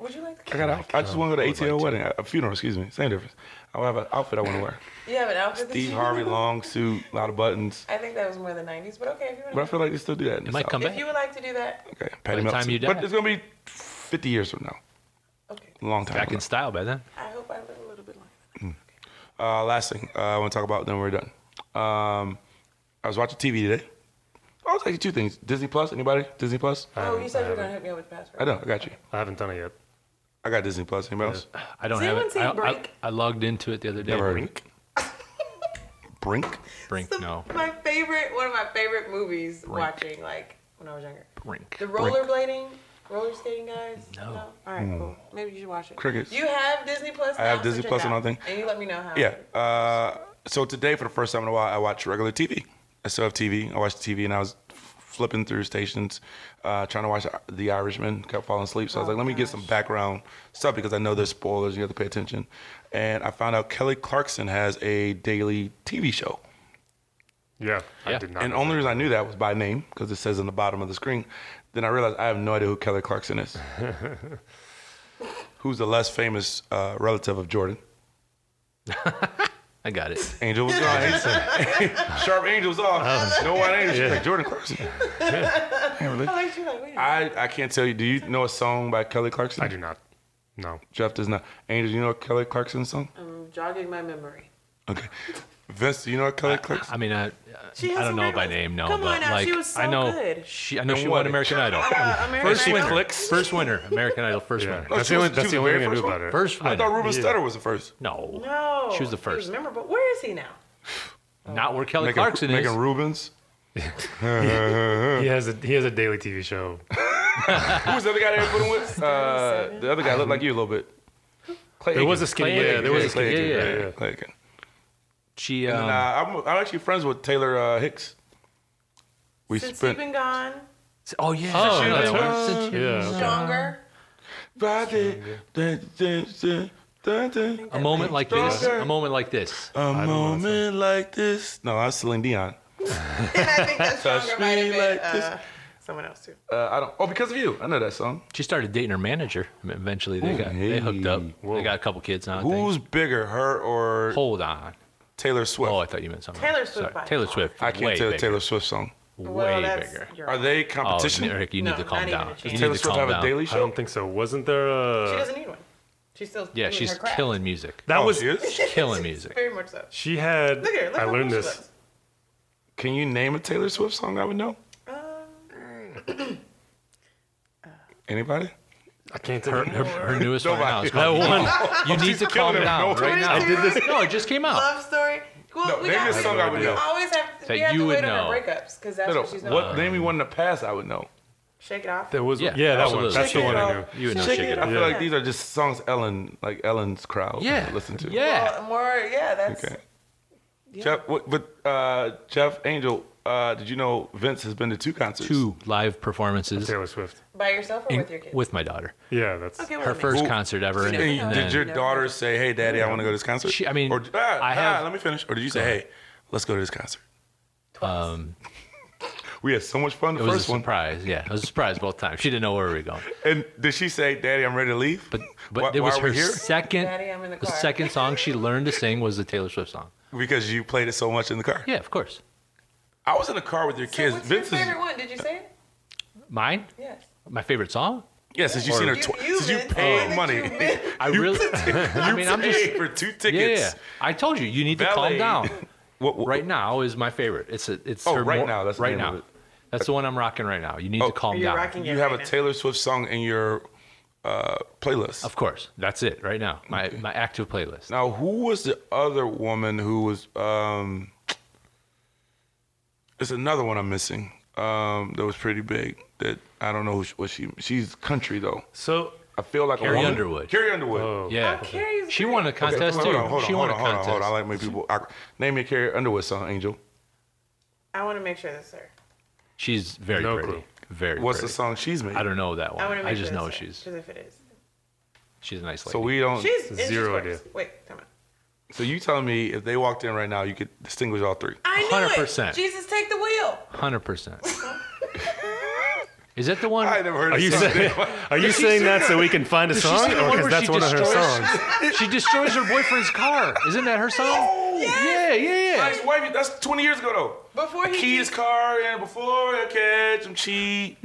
Speaker 1: Would you like?
Speaker 4: I
Speaker 1: To-
Speaker 4: got.
Speaker 3: Can I
Speaker 4: out. I just
Speaker 3: come?
Speaker 4: want to
Speaker 3: I
Speaker 4: go
Speaker 3: would
Speaker 4: to ATL
Speaker 3: like to.
Speaker 4: wedding, a funeral. Excuse me. Same difference. I will have an outfit I want to wear.
Speaker 1: you have an outfit. that
Speaker 4: Steve
Speaker 1: you-
Speaker 4: Harvey, long suit, a lot of buttons.
Speaker 1: I think that was more the '90s, but okay. If you,
Speaker 4: But I
Speaker 1: want
Speaker 4: feel like they still do that. in
Speaker 3: It
Speaker 4: the
Speaker 3: might
Speaker 4: South.
Speaker 3: come
Speaker 1: to,
Speaker 3: back.
Speaker 1: if you would like to do that,
Speaker 4: Okay.
Speaker 3: By
Speaker 4: Patty
Speaker 3: the
Speaker 4: Meltzer.
Speaker 3: time you die.
Speaker 4: But it's gonna be 50 years from now.
Speaker 1: okay.
Speaker 4: A long time.
Speaker 3: Back
Speaker 4: from
Speaker 3: in style by then.
Speaker 1: I hope I live a little bit longer.
Speaker 4: now. Uh, last thing uh, I want to talk about. Then we're done. Um, I was watching TV today. I was actually two things. Disney Plus. Anybody? Disney Plus.
Speaker 3: Uh,
Speaker 1: Oh, you said you were
Speaker 5: haven't.
Speaker 1: gonna hook me up with the password.
Speaker 4: I know. I got you.
Speaker 5: I haven't done it yet.
Speaker 4: I got Disney Plus. Anybody
Speaker 3: uh,
Speaker 4: else?
Speaker 3: I don't
Speaker 1: Does
Speaker 3: have
Speaker 1: anyone
Speaker 3: it.
Speaker 1: say
Speaker 3: I, I-
Speaker 1: brink?
Speaker 3: I logged into it the other day.
Speaker 4: Never heard of it. Brink.
Speaker 3: Brink.
Speaker 1: Some-
Speaker 3: No.
Speaker 1: My favorite, one of my favorite movies watching, like when I was younger.
Speaker 3: Brink.
Speaker 1: The rollerblading, roller skating guys.
Speaker 3: No. Mm.
Speaker 1: All right, cool. Maybe you should watch it.
Speaker 4: Crickets.
Speaker 1: You have Disney Plus.
Speaker 4: I have
Speaker 1: now?
Speaker 4: Disney
Speaker 1: So check
Speaker 4: Plus
Speaker 1: it
Speaker 4: and
Speaker 1: out.
Speaker 4: all thing.
Speaker 1: And you let me know how.
Speaker 4: Yeah. Uh, so today, for the first time in a while, I watch regular TV. I still have TV. I watch TV, and I was flipping through stations, uh, trying to watch The Irishman. Kept falling asleep, so I was like, "Let me get some background stuff because I know there's spoilers. You have to pay attention." And I found out Kelly Clarkson has a daily TV show.
Speaker 5: Yeah, I
Speaker 3: Yeah.
Speaker 5: did not.
Speaker 4: And
Speaker 5: know
Speaker 4: only reason I knew that was by name because it says on the bottom of the screen. Then I realized I have no idea who Kelly Clarkson is. who's the less famous uh, relative of Jordan?
Speaker 3: I got it.
Speaker 4: Angel was gone. Sharp Angel's off. No one Angel. She's
Speaker 5: Yeah.
Speaker 4: like Jordan Clarkson. Can't relate.
Speaker 1: Like, you're like, wait a minute.
Speaker 4: I, I can't tell you. Do you know a song by Kelly Clarkson?
Speaker 5: I do not. No.
Speaker 4: Jeff does not. Angel, do you know a Kelly Clarkson song?
Speaker 1: I'm jogging my memory.
Speaker 4: Okay. Vince, do you know a Kelly Clarkson?
Speaker 3: I mean, I
Speaker 1: She
Speaker 3: I
Speaker 1: has
Speaker 3: don't
Speaker 1: some
Speaker 3: know
Speaker 1: great
Speaker 3: by
Speaker 1: ones.
Speaker 3: name, no,
Speaker 1: Come
Speaker 3: but
Speaker 1: on now,
Speaker 3: like
Speaker 1: she was so
Speaker 3: I know
Speaker 1: good.
Speaker 3: she I know
Speaker 4: She
Speaker 3: she
Speaker 4: won
Speaker 3: won
Speaker 4: it.
Speaker 3: American Idol.
Speaker 1: American
Speaker 3: first
Speaker 1: Idol.
Speaker 3: winner. First winner, American Idol. First winner.
Speaker 5: That's
Speaker 4: she
Speaker 5: the only-
Speaker 4: was-
Speaker 5: that's
Speaker 4: she
Speaker 5: the
Speaker 4: was
Speaker 5: only
Speaker 4: very
Speaker 5: thing I
Speaker 4: first
Speaker 5: knew
Speaker 4: one?
Speaker 5: about her.
Speaker 3: First
Speaker 4: I
Speaker 3: winner.
Speaker 4: thought Ruben Studdard was the first.
Speaker 3: No.
Speaker 1: No.
Speaker 3: She was the
Speaker 1: he
Speaker 3: first.
Speaker 1: Memorable. Where is he now?
Speaker 3: Not where Kelly
Speaker 4: Megan,
Speaker 3: Clarkson is.
Speaker 4: Megan Rubens.
Speaker 5: He has a he has a daily TV show.
Speaker 4: Who was the other guy they were putting with? Uh, the other guy looked like you a little bit. Clay
Speaker 5: There was a skinny.
Speaker 3: Clay
Speaker 5: Yeah, there was a
Speaker 3: Aiken.
Speaker 5: skinny.
Speaker 3: Yeah,
Speaker 5: dude,
Speaker 3: yeah,
Speaker 5: right,
Speaker 3: yeah.
Speaker 5: yeah.
Speaker 4: Clay Aiken.
Speaker 3: She.
Speaker 4: And
Speaker 3: Um,
Speaker 4: uh, I'm, I'm actually friends with Taylor uh, Hicks. We
Speaker 1: Since
Speaker 4: spent.
Speaker 1: you've been gone,
Speaker 3: oh yeah.
Speaker 5: Oh,
Speaker 3: She-
Speaker 5: that's
Speaker 3: that
Speaker 5: her.
Speaker 3: one.
Speaker 5: Yeah.
Speaker 1: stronger.
Speaker 4: Body, dun, dun, dun, dun, dun.
Speaker 3: A moment like this.
Speaker 4: Stronger.
Speaker 3: A moment like this.
Speaker 4: A moment like this. No, that's Celine Dion.
Speaker 1: and I think that stronger might have
Speaker 4: me
Speaker 1: been
Speaker 4: like
Speaker 1: uh,
Speaker 4: this.
Speaker 1: someone else too.
Speaker 4: Uh, I don't. Oh, because of you. I know that song.
Speaker 3: She started dating her manager. Eventually, they got
Speaker 4: hey.
Speaker 3: they hooked up. They got a couple kids now. I think.
Speaker 4: Who's bigger, her or
Speaker 3: Hold on.
Speaker 4: Taylor Swift?
Speaker 3: Oh, I thought you meant something.
Speaker 1: Taylor
Speaker 3: else.
Speaker 1: Swift
Speaker 3: Sorry.
Speaker 1: by
Speaker 3: Taylor
Speaker 1: far.
Speaker 3: Swift.
Speaker 4: I can't
Speaker 3: way
Speaker 4: tell a
Speaker 3: bigger.
Speaker 4: Taylor Swift song.
Speaker 1: well,
Speaker 3: Way
Speaker 1: that's
Speaker 3: bigger.
Speaker 1: your-
Speaker 4: Are they
Speaker 3: Oh,
Speaker 4: competition?
Speaker 3: Eric, you
Speaker 1: No,
Speaker 3: need to
Speaker 1: not
Speaker 3: calm
Speaker 1: even a
Speaker 3: down.
Speaker 1: chance.
Speaker 3: You
Speaker 4: Does
Speaker 3: need
Speaker 4: Taylor
Speaker 3: to
Speaker 4: Swift
Speaker 3: calm
Speaker 4: have a
Speaker 3: down.
Speaker 4: daily
Speaker 5: I
Speaker 4: show?
Speaker 5: don't think so. Wasn't there
Speaker 1: She
Speaker 5: a?
Speaker 1: doesn't need one. She's still
Speaker 3: uh, Yeah,
Speaker 1: doing
Speaker 3: she's
Speaker 1: her craft.
Speaker 3: killing music.
Speaker 5: That
Speaker 4: Oh,
Speaker 5: was.
Speaker 4: she is?
Speaker 3: Killing music.
Speaker 1: Very much so.
Speaker 5: She had.
Speaker 1: Look at her. Look
Speaker 5: I
Speaker 1: how
Speaker 5: learned
Speaker 1: cool she
Speaker 5: this.
Speaker 1: looks.
Speaker 4: Can you name a Taylor Swift song I would know?
Speaker 1: Uh,
Speaker 4: Anybody?
Speaker 5: I can't tell
Speaker 3: Her, her newest one
Speaker 4: Nobody.
Speaker 3: now is
Speaker 5: that
Speaker 3: called.
Speaker 5: one.
Speaker 3: You need to calm
Speaker 4: killing it.
Speaker 3: down
Speaker 4: No,
Speaker 3: right now.
Speaker 1: I did this-
Speaker 3: No, it just came out.
Speaker 1: Love story. Well,
Speaker 4: No,
Speaker 1: we
Speaker 4: name
Speaker 1: got,
Speaker 4: this song I would
Speaker 1: we
Speaker 4: know.
Speaker 1: always have,
Speaker 3: That
Speaker 1: we have
Speaker 3: you
Speaker 1: to
Speaker 3: would
Speaker 1: wait on her
Speaker 3: know.
Speaker 1: breakups because that's
Speaker 4: No,
Speaker 1: what she's
Speaker 4: no.
Speaker 1: known
Speaker 4: What
Speaker 1: for.
Speaker 4: name me one in the past I would know?
Speaker 1: Shake it off.
Speaker 5: There was.
Speaker 3: Yeah,
Speaker 5: Yeah, yeah that one.
Speaker 3: absolutely.
Speaker 5: That's the
Speaker 4: Shake
Speaker 5: one
Speaker 4: it
Speaker 5: I knew.
Speaker 4: off.
Speaker 3: You would know
Speaker 4: Shake
Speaker 3: Shake
Speaker 4: it.
Speaker 3: It
Speaker 4: I
Speaker 3: Off.
Speaker 4: feel like these are just songs Ellen, like Ellen's crowd,
Speaker 3: Yeah.
Speaker 4: would listen to.
Speaker 3: Yeah.
Speaker 1: Well, more, yeah, that's
Speaker 4: Okay. Jeff, what, but uh, Jeff Angel, uh, did you know Vince has been to two concerts?
Speaker 3: Two live performances
Speaker 5: Taylor Swift.
Speaker 1: by yourself or
Speaker 3: in-
Speaker 1: with your kids.
Speaker 3: with my daughter.
Speaker 5: Yeah, that's.
Speaker 1: okay, well,
Speaker 3: Her
Speaker 1: that
Speaker 3: first
Speaker 4: Ooh.
Speaker 3: concert ever. And,
Speaker 4: And
Speaker 3: and
Speaker 4: did your
Speaker 3: then,
Speaker 1: No.
Speaker 4: daughter say, "Hey, Daddy, I want to go to this concert"?
Speaker 3: She- I mean,
Speaker 4: or, ah,
Speaker 3: I
Speaker 4: ah,
Speaker 3: have-
Speaker 4: let me finish. Or did you say, "Hey, let's go to this concert"?
Speaker 3: um,
Speaker 4: We had so much fun the
Speaker 3: it was a
Speaker 4: first one.
Speaker 3: surprise. Yeah, it was a surprise both times. She didn't know where we were going.
Speaker 4: And did she say, "Daddy, I'm ready to leave"?
Speaker 3: But but
Speaker 4: why,
Speaker 3: it was
Speaker 4: why are
Speaker 3: her
Speaker 4: we here?
Speaker 3: second
Speaker 1: Daddy, I'm in the
Speaker 3: the,
Speaker 1: car.
Speaker 3: second song she learned to sing was the Taylor Swift song.
Speaker 4: Because you played it so much in the car.
Speaker 3: Yeah, of course.
Speaker 4: I was in the car with your
Speaker 1: So
Speaker 4: kids.
Speaker 1: what's
Speaker 4: Vince
Speaker 1: your
Speaker 4: is.
Speaker 1: favorite one? Did you say it?
Speaker 3: Mine,
Speaker 1: Yes.
Speaker 3: my favorite song.
Speaker 4: Yeah, since you've seen her,
Speaker 1: You-
Speaker 4: twi-
Speaker 1: you,
Speaker 4: since you
Speaker 1: Vince,
Speaker 4: paid
Speaker 1: you
Speaker 4: money,
Speaker 1: Vince.
Speaker 3: I really. I mean, I'm just
Speaker 4: paid for two
Speaker 3: yeah,
Speaker 4: tickets.
Speaker 3: yeah. I told you, you need to
Speaker 4: Valet.
Speaker 3: calm down.
Speaker 4: What, what-
Speaker 3: Right now is my favorite. It's a, it's
Speaker 4: Oh,
Speaker 3: her
Speaker 4: Right
Speaker 3: more-
Speaker 4: Now, that's the
Speaker 3: right
Speaker 4: name
Speaker 3: now.
Speaker 4: of it.
Speaker 3: That's the one I'm rocking right now. You need
Speaker 4: Oh.
Speaker 3: to calm
Speaker 1: You're
Speaker 3: down.
Speaker 1: rocking it
Speaker 4: You have
Speaker 1: right
Speaker 4: a
Speaker 1: now.
Speaker 4: Taylor Swift song in your uh, playlist.
Speaker 3: Of course, that's it right now. My my active playlist.
Speaker 4: Now, who was the other woman who was? Um, it's another one I'm missing. Um, that was pretty big. That I don't know who she, what she. She's country though.
Speaker 5: So
Speaker 4: I feel like
Speaker 3: Carrie
Speaker 4: a woman.
Speaker 3: Underwood.
Speaker 4: Carrie Underwood.
Speaker 3: Yeah,
Speaker 1: Oh, Carrie's
Speaker 3: she
Speaker 1: great.
Speaker 3: won a
Speaker 4: Okay,
Speaker 3: contest
Speaker 4: hold
Speaker 3: too.
Speaker 4: on, hold on,
Speaker 3: she
Speaker 4: hold
Speaker 3: won
Speaker 4: on,
Speaker 3: a
Speaker 4: hold on,
Speaker 3: contest.
Speaker 4: hold on. I like my people. I, name your Carrie Underwood song, Angel.
Speaker 1: I want to make sure that's her.
Speaker 3: She's very
Speaker 5: No
Speaker 3: pretty.
Speaker 5: clue.
Speaker 3: Very.
Speaker 4: What's the
Speaker 3: pretty.
Speaker 4: song she's made?
Speaker 3: I don't know that one.
Speaker 1: I want to
Speaker 3: I,
Speaker 1: make sure
Speaker 3: just
Speaker 1: that's
Speaker 3: know
Speaker 1: her,
Speaker 3: she's
Speaker 1: 'cause if it is.
Speaker 3: she's a nice lady.
Speaker 4: So we don't.
Speaker 1: She's and she's
Speaker 5: Zero
Speaker 1: first. Wait, come on.
Speaker 4: so you telling me if they walked in right now, you could distinguish all three?
Speaker 1: I knew it.
Speaker 3: 100%.
Speaker 1: Jesus, take the wheel.
Speaker 3: Hundred percent. Is that the one?
Speaker 4: I never heard.
Speaker 5: are
Speaker 4: of
Speaker 5: you
Speaker 4: this song.
Speaker 5: saying are you saying that so we can find a song,
Speaker 3: sing the
Speaker 5: or
Speaker 3: one
Speaker 5: because
Speaker 3: where
Speaker 5: that's
Speaker 3: she
Speaker 5: one of her
Speaker 3: destroys-
Speaker 5: songs?
Speaker 3: she destroys her boyfriend's car. Isn't that her song? Yeah, yeah, yeah.
Speaker 4: Nice wife. That's 20 years ago though.
Speaker 1: Before he
Speaker 4: Key's car and before I catch him cheat.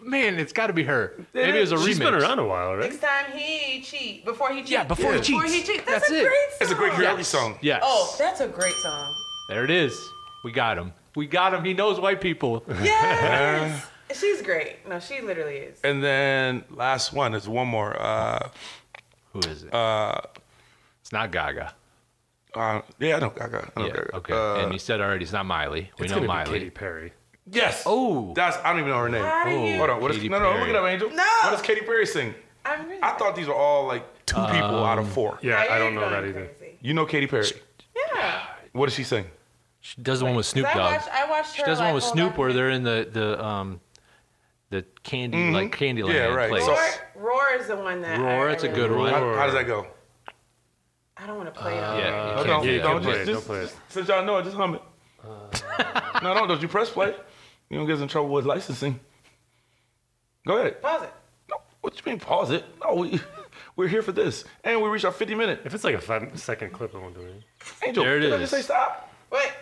Speaker 3: Man, it's got to be her. Maybe it was a remix.
Speaker 5: She's been around a while, right?
Speaker 1: Next time he cheat before he cheats.
Speaker 3: Yeah, before he
Speaker 1: Before
Speaker 3: cheats.
Speaker 1: he cheats. That's,
Speaker 3: That's
Speaker 1: a
Speaker 3: it.
Speaker 1: great song.
Speaker 4: It's a great karaoke song.
Speaker 3: Yes.
Speaker 1: Oh, that's a great song.
Speaker 3: There it is. We got him. We got him. He knows white people.
Speaker 1: Yes. She's great. No, she literally is.
Speaker 4: And then last one. There's one more. Uh,
Speaker 3: Who is it? Uh, it's not Gaga.
Speaker 4: uh, yeah, I know Gaga. I know
Speaker 3: Yeah.
Speaker 4: Gaga.
Speaker 3: Okay.
Speaker 4: Uh,
Speaker 3: and you said already it's not Miley. We
Speaker 5: It's
Speaker 3: know
Speaker 5: gonna be Katy
Speaker 3: Miley.
Speaker 5: Perry.
Speaker 4: yes.
Speaker 3: Oh.
Speaker 4: That's I don't even know her name.
Speaker 1: How do you?
Speaker 4: Hold on. What is
Speaker 3: Katy
Speaker 4: no no? Look
Speaker 3: Perry.
Speaker 4: it up, Angel.
Speaker 1: No.
Speaker 4: What does Katy Perry sing?
Speaker 1: I'm really.
Speaker 4: I thought these were all like two people out
Speaker 3: Um,
Speaker 4: of four.
Speaker 5: Yeah,
Speaker 1: Now
Speaker 5: I don't
Speaker 1: you're
Speaker 5: know that
Speaker 1: going
Speaker 5: either.
Speaker 1: crazy.
Speaker 4: You know Katy Perry.
Speaker 1: Yeah.
Speaker 4: What does she sing?
Speaker 3: She does the one with
Speaker 1: 'Cause
Speaker 3: Snoop
Speaker 1: I
Speaker 3: Dogg.
Speaker 1: watched. I watched her.
Speaker 3: She does
Speaker 1: like,
Speaker 3: one with
Speaker 1: hold
Speaker 3: Snoop
Speaker 1: on.
Speaker 3: where they're in the the um the candy like Candyland
Speaker 4: Yeah, right.
Speaker 3: place.
Speaker 4: So-
Speaker 1: Roar, Roar is the one that.
Speaker 3: Roar,
Speaker 1: I,
Speaker 3: it's a
Speaker 1: I
Speaker 3: good
Speaker 1: really-
Speaker 3: one.
Speaker 4: How, how does that go?
Speaker 1: I don't want to play it.
Speaker 3: Yeah, you
Speaker 4: Hold on,
Speaker 3: can't do
Speaker 5: yeah,
Speaker 3: that.
Speaker 5: don't play
Speaker 4: just-
Speaker 5: it, don't
Speaker 4: just-
Speaker 5: play it.
Speaker 4: just- Since y'all know it, just hum it.
Speaker 3: Uh.
Speaker 4: no, no, don't you press play. You don't get us in trouble with licensing. Go ahead.
Speaker 1: Pause it.
Speaker 4: No, what you mean pause it? No, we, We're here for this, and we reached our 50 minute.
Speaker 5: If it's like a five second clip, I won't do it.
Speaker 4: Angel,
Speaker 3: There it
Speaker 4: did I
Speaker 3: is.
Speaker 4: just say stop?
Speaker 1: What?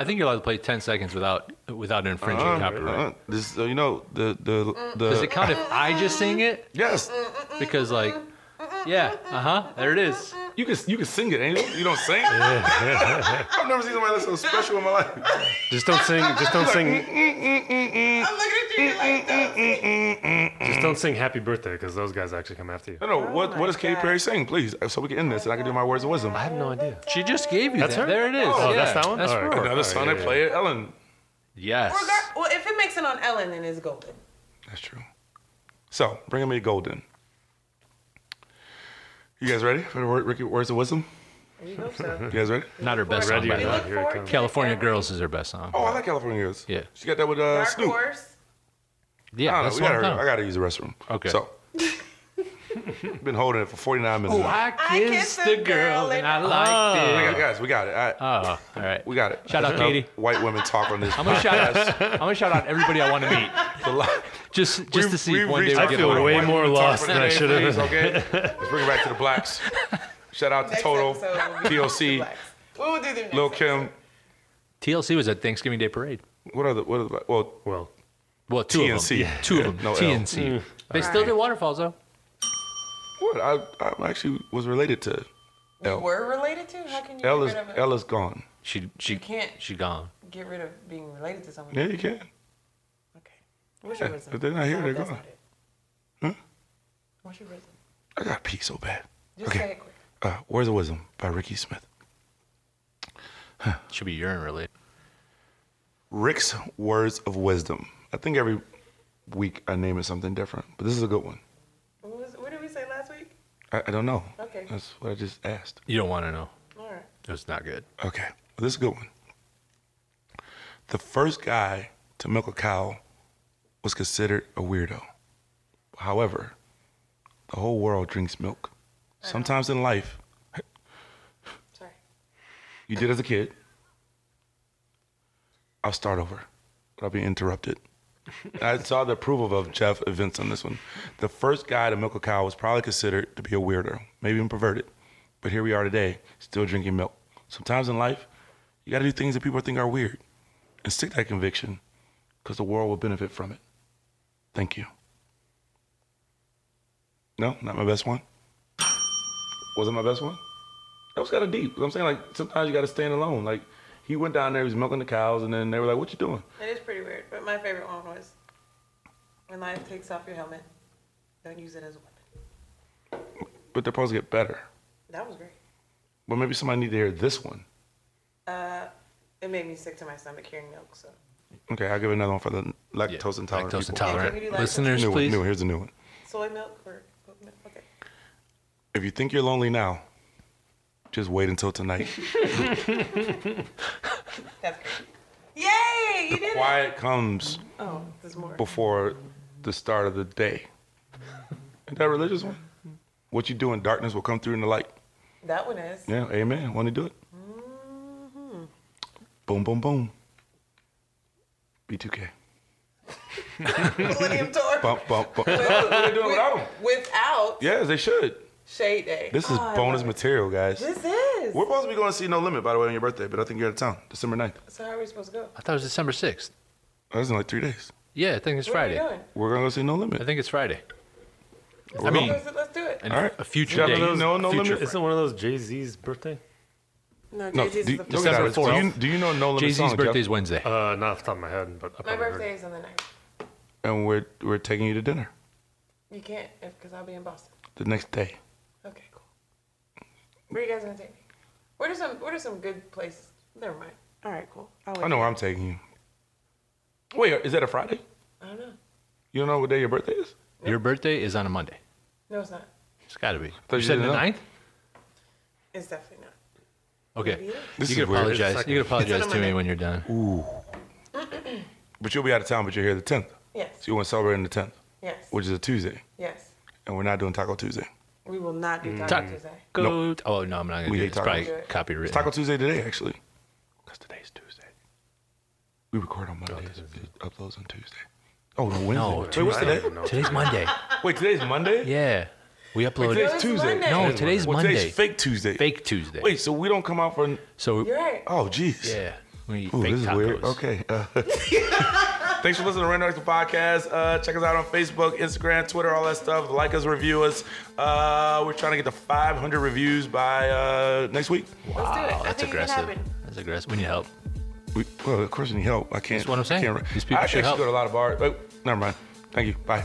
Speaker 3: I think you're allowed to play 10 seconds without without infringing copyright.
Speaker 4: Uh, this, so you know, the the the.
Speaker 3: Does it count if I just sing it?
Speaker 4: yes,
Speaker 3: Because like, yeah, uh huh, there it is.
Speaker 4: you can you can sing it, Angel. You don't sing. I've never seen somebody that's so special in my life.
Speaker 5: Just don't sing. Just don't sing.
Speaker 1: I'm looking at you like that.
Speaker 5: Just don't sing "Happy Birthday" because those guys actually come after you.
Speaker 4: No, no. what
Speaker 1: Oh my
Speaker 4: what is Katy
Speaker 1: God.
Speaker 4: Perry saying, please, uh, so we can end this and I can do my words of
Speaker 3: Oh,
Speaker 4: wisdom.
Speaker 5: I have no idea.
Speaker 3: She just gave you
Speaker 5: That's
Speaker 3: that.
Speaker 5: her?
Speaker 3: There it is.
Speaker 5: Oh,
Speaker 3: yeah.
Speaker 5: that's that one?
Speaker 3: That's
Speaker 5: All right.
Speaker 3: her.
Speaker 4: Another
Speaker 5: Oh,
Speaker 4: son
Speaker 5: yeah,
Speaker 4: I
Speaker 5: yeah.
Speaker 4: play at Ellen.
Speaker 3: Yes.
Speaker 1: Regar- Well, if it makes it on Ellen, then it's golden.
Speaker 4: That's true. So, bringing me golden. You guys ready for the word, Ricky, words of wisdom?
Speaker 1: We hope so.
Speaker 4: You guys ready?
Speaker 3: Not her best song.
Speaker 5: Ready
Speaker 3: by
Speaker 5: or
Speaker 3: the
Speaker 5: not,
Speaker 3: way.
Speaker 5: here it comes.
Speaker 3: California Girls is her best song.
Speaker 4: Oh, I like California girls.
Speaker 3: Yeah.
Speaker 4: She got that with uh,
Speaker 1: Dark
Speaker 4: Snoop.
Speaker 1: Horse.
Speaker 4: I
Speaker 3: Yeah,
Speaker 4: don't know.
Speaker 3: that's
Speaker 4: We
Speaker 3: what I'm
Speaker 4: gotta,
Speaker 3: talking
Speaker 4: I gotta use the restroom.
Speaker 3: Okay.
Speaker 4: So, been holding it for 49 minutes.
Speaker 3: Oh,
Speaker 4: now.
Speaker 3: I kissed the girl and I
Speaker 4: We
Speaker 3: liked
Speaker 4: got,
Speaker 3: it.
Speaker 4: guys, we got it. I,
Speaker 3: Oh, all right.
Speaker 4: we got it.
Speaker 3: Shout out,
Speaker 4: There's no
Speaker 3: Katie.
Speaker 4: White women talk on this.
Speaker 3: I'm gonna shout out. I'm gonna shout out everybody I want to meet. Just, just to see if one day we
Speaker 5: I
Speaker 3: get
Speaker 5: feel
Speaker 3: along.
Speaker 5: way
Speaker 4: White
Speaker 5: more
Speaker 4: women talk
Speaker 5: lost
Speaker 4: for the
Speaker 5: than I
Speaker 4: day,
Speaker 5: should have
Speaker 4: please, Okay, let's bring it back to the blacks. Shout out to
Speaker 1: Next
Speaker 4: Total,
Speaker 1: episode will be
Speaker 4: TLC,
Speaker 1: Blacks. We will do them next.
Speaker 4: Lil Kim.
Speaker 3: TLC was at Thanksgiving Day Parade.
Speaker 4: What are the what are the well?
Speaker 5: Well,
Speaker 3: Well, two of
Speaker 4: TNC.
Speaker 3: them.
Speaker 4: Yeah.
Speaker 3: Two of them.
Speaker 4: No L. Mm.
Speaker 3: TNC. They still do waterfalls though.
Speaker 4: What I I actually was related to
Speaker 1: episode.
Speaker 4: L.
Speaker 1: We're related to? How can you
Speaker 4: L
Speaker 1: get
Speaker 4: is
Speaker 1: rid of
Speaker 4: L is gone.
Speaker 3: She, she
Speaker 1: can't.
Speaker 3: She gone.
Speaker 1: get rid of being related to someone?
Speaker 4: Yeah, you can.
Speaker 1: Okay. What's your wisdom?
Speaker 4: if they're not here,
Speaker 1: No,
Speaker 4: they're
Speaker 1: that's
Speaker 4: gone.
Speaker 1: not it.
Speaker 4: Huh?
Speaker 1: What's your wisdom?
Speaker 4: I got pee so bad.
Speaker 1: Just
Speaker 4: Okay.
Speaker 1: say it quick.
Speaker 4: Uh, Words of Wisdom by Ricky Smith.
Speaker 3: Should be urine related.
Speaker 4: Rick's Words of Wisdom. I think every week I name it something different, but this is a good one.
Speaker 1: What, was, what did we say last week?
Speaker 4: I, I don't know.
Speaker 1: Okay.
Speaker 4: That's what I just asked.
Speaker 3: You don't want to know.
Speaker 1: All right.
Speaker 3: It's not good.
Speaker 4: Okay, well, this is a good one. The first guy to milk a cow was considered a weirdo. However, the whole world drinks milk. Sometimes in life,
Speaker 1: Sorry.
Speaker 4: you did as a kid. I'll start over, but I'll be interrupted. I saw the approval of Jeff Events on this one. The first guy to milk a cow was probably considered to be a weirdo, maybe even perverted. But here we are today, still drinking milk. Sometimes in life, you got to do things that people think are weird and stick to that conviction because the world will benefit from it. Thank you. No, not my best one. Was it my best one? That was kind of deep. I'm saying like sometimes you got to stand alone. Like he went down there, he was milking the cows, and then they were like, "What you doing?"
Speaker 1: It is pretty weird, but my favorite one was when life takes off your helmet, don't use it as a weapon.
Speaker 4: But they're supposed to get better.
Speaker 1: That was great.
Speaker 4: But maybe somebody need to hear this one.
Speaker 1: It made me sick to my stomach hearing milk, so.
Speaker 4: Okay, I'll give another one for the lactose intolerant.
Speaker 3: Lactose
Speaker 4: people.
Speaker 3: intolerant.
Speaker 1: Yeah, can we do lactose-
Speaker 3: Listeners,
Speaker 4: New one,
Speaker 3: please.
Speaker 4: new one. Here's a new one.
Speaker 1: Soy milk or oat milk? Okay.
Speaker 4: If you think you're lonely now, just wait until tonight.
Speaker 1: That's great. Yay! You did it!
Speaker 4: Quiet comes
Speaker 1: Oh, there's more.
Speaker 4: before the start of the day. Ain't that religious one? What you do in darkness will come through in the light.
Speaker 1: That one is.
Speaker 4: Yeah, amen. Want to do it?
Speaker 1: Mm-hmm.
Speaker 4: Boom, boom, boom. B2K.
Speaker 1: Millennium Tour.
Speaker 4: Bump, bump, bump. That's what they're doing without them.
Speaker 1: Without
Speaker 4: Yes, they should.
Speaker 1: Shade Day.
Speaker 4: This is
Speaker 1: Oh, I
Speaker 4: bonus
Speaker 1: love it.
Speaker 4: material, guys.
Speaker 1: This is.
Speaker 4: We're supposed to be going to see No Limit, by the way, on your birthday, but I think you're out of town, December 9th.
Speaker 1: So how are we supposed to go?
Speaker 3: I thought it was December 6th.
Speaker 4: That's in like three days.
Speaker 3: Yeah, I think it's
Speaker 1: What
Speaker 3: Friday.
Speaker 1: are we doing?
Speaker 4: We're going to go see No
Speaker 3: I
Speaker 4: Limit.
Speaker 3: think it's Friday.
Speaker 4: I mean,
Speaker 1: Let's, let's do it.
Speaker 3: And
Speaker 4: All right.
Speaker 3: a future
Speaker 4: Shout out
Speaker 3: date.
Speaker 4: to those No No
Speaker 3: future
Speaker 4: Limit-
Speaker 5: isn't one of those Jay Z's birthday?
Speaker 1: No,
Speaker 4: no,
Speaker 1: Jay-Z's
Speaker 4: do,
Speaker 1: is
Speaker 4: you-
Speaker 1: the
Speaker 4: look
Speaker 1: first.
Speaker 4: at
Speaker 3: December
Speaker 4: that. Do you,
Speaker 3: 4th.
Speaker 4: do you know No Limit
Speaker 3: Jay Z's
Speaker 4: song,
Speaker 3: birthday
Speaker 4: Jeff?
Speaker 3: is Wednesday.
Speaker 5: Uh, not off the top of my head, but I
Speaker 1: My
Speaker 5: probably heard
Speaker 1: birthday is on the night.
Speaker 4: And we're, we're taking you to dinner
Speaker 1: You can't, because I'll be in Boston.
Speaker 4: the next day.
Speaker 1: Okay, cool. Where are you guys gonna take me? What are some What are some good places? Never mind. All right, cool. I'll wait.
Speaker 4: I know where I'm taking you. Wait, is that a Friday?
Speaker 1: I don't know.
Speaker 4: You don't know what day your birthday is?
Speaker 3: Your birthday is on a Monday.
Speaker 1: No, it's not.
Speaker 3: It's got to be.
Speaker 4: you
Speaker 3: You said
Speaker 4: didn't
Speaker 3: the
Speaker 4: know.
Speaker 3: 9th?
Speaker 1: It's definitely not.
Speaker 3: Okay.
Speaker 4: This
Speaker 3: you
Speaker 4: is
Speaker 3: can
Speaker 4: weird.
Speaker 3: apologize.
Speaker 5: Second.
Speaker 3: You can apologize
Speaker 1: on a
Speaker 3: to me
Speaker 1: Monday.
Speaker 3: when you're done.
Speaker 4: But you'll be out of town, but you're here the 10th.
Speaker 1: Yes.
Speaker 4: So you want to celebrate on the 10th,
Speaker 1: Yes.
Speaker 4: which is a Tuesday.
Speaker 1: yes.
Speaker 4: And we're not doing Taco Tuesday.
Speaker 1: We will not do Taco
Speaker 3: Taco.
Speaker 1: Tuesday.
Speaker 3: Go. Oh no, I'm not gonna
Speaker 4: We
Speaker 3: do
Speaker 4: hate
Speaker 3: it. It's
Speaker 4: tacos.
Speaker 3: probably
Speaker 1: Do it.
Speaker 3: copyright.
Speaker 4: It's Taco Tuesday today, actually. Because today's Tuesday. We record on Mondays. It uploads on Tuesday. Oh, no, Wednesday.
Speaker 3: No,
Speaker 4: Wait, what's
Speaker 5: I don't
Speaker 4: today?
Speaker 5: even know.
Speaker 3: Today's Monday.
Speaker 4: Wait, today's Monday?
Speaker 3: Yeah. We
Speaker 4: today's
Speaker 3: uploaded.
Speaker 1: Tuesday.
Speaker 3: No,
Speaker 1: Monday.
Speaker 3: today's
Speaker 4: Well,
Speaker 3: Monday.
Speaker 4: Today's fake Tuesday.
Speaker 3: Fake Tuesday.
Speaker 4: Wait, so we don't come out for?
Speaker 3: So
Speaker 1: You're right.
Speaker 4: Oh, jeez.
Speaker 3: yeah, we eat
Speaker 4: Ooh,
Speaker 3: fake
Speaker 4: this is
Speaker 3: tacos.
Speaker 4: weird. Okay. Uh, thanks for listening to Random Acts, the Podcast. Uh, check us out on Facebook, Instagram, Twitter, all that stuff. Like us, review us. Uh, we're trying to get to 500 reviews by uh, next week.
Speaker 1: Let's do it.
Speaker 3: Wow,
Speaker 1: I
Speaker 3: Oh, that's
Speaker 1: think it can
Speaker 3: aggressive.
Speaker 1: happen.
Speaker 3: That's aggressive. We need help.
Speaker 4: We, well, of course, we need help. I can't.
Speaker 3: That's what I'm saying.
Speaker 4: I can't,
Speaker 3: These people
Speaker 4: I
Speaker 3: should
Speaker 4: actually
Speaker 3: help.
Speaker 4: go to a lot of bars. Oh, never mind. Thank you. Bye.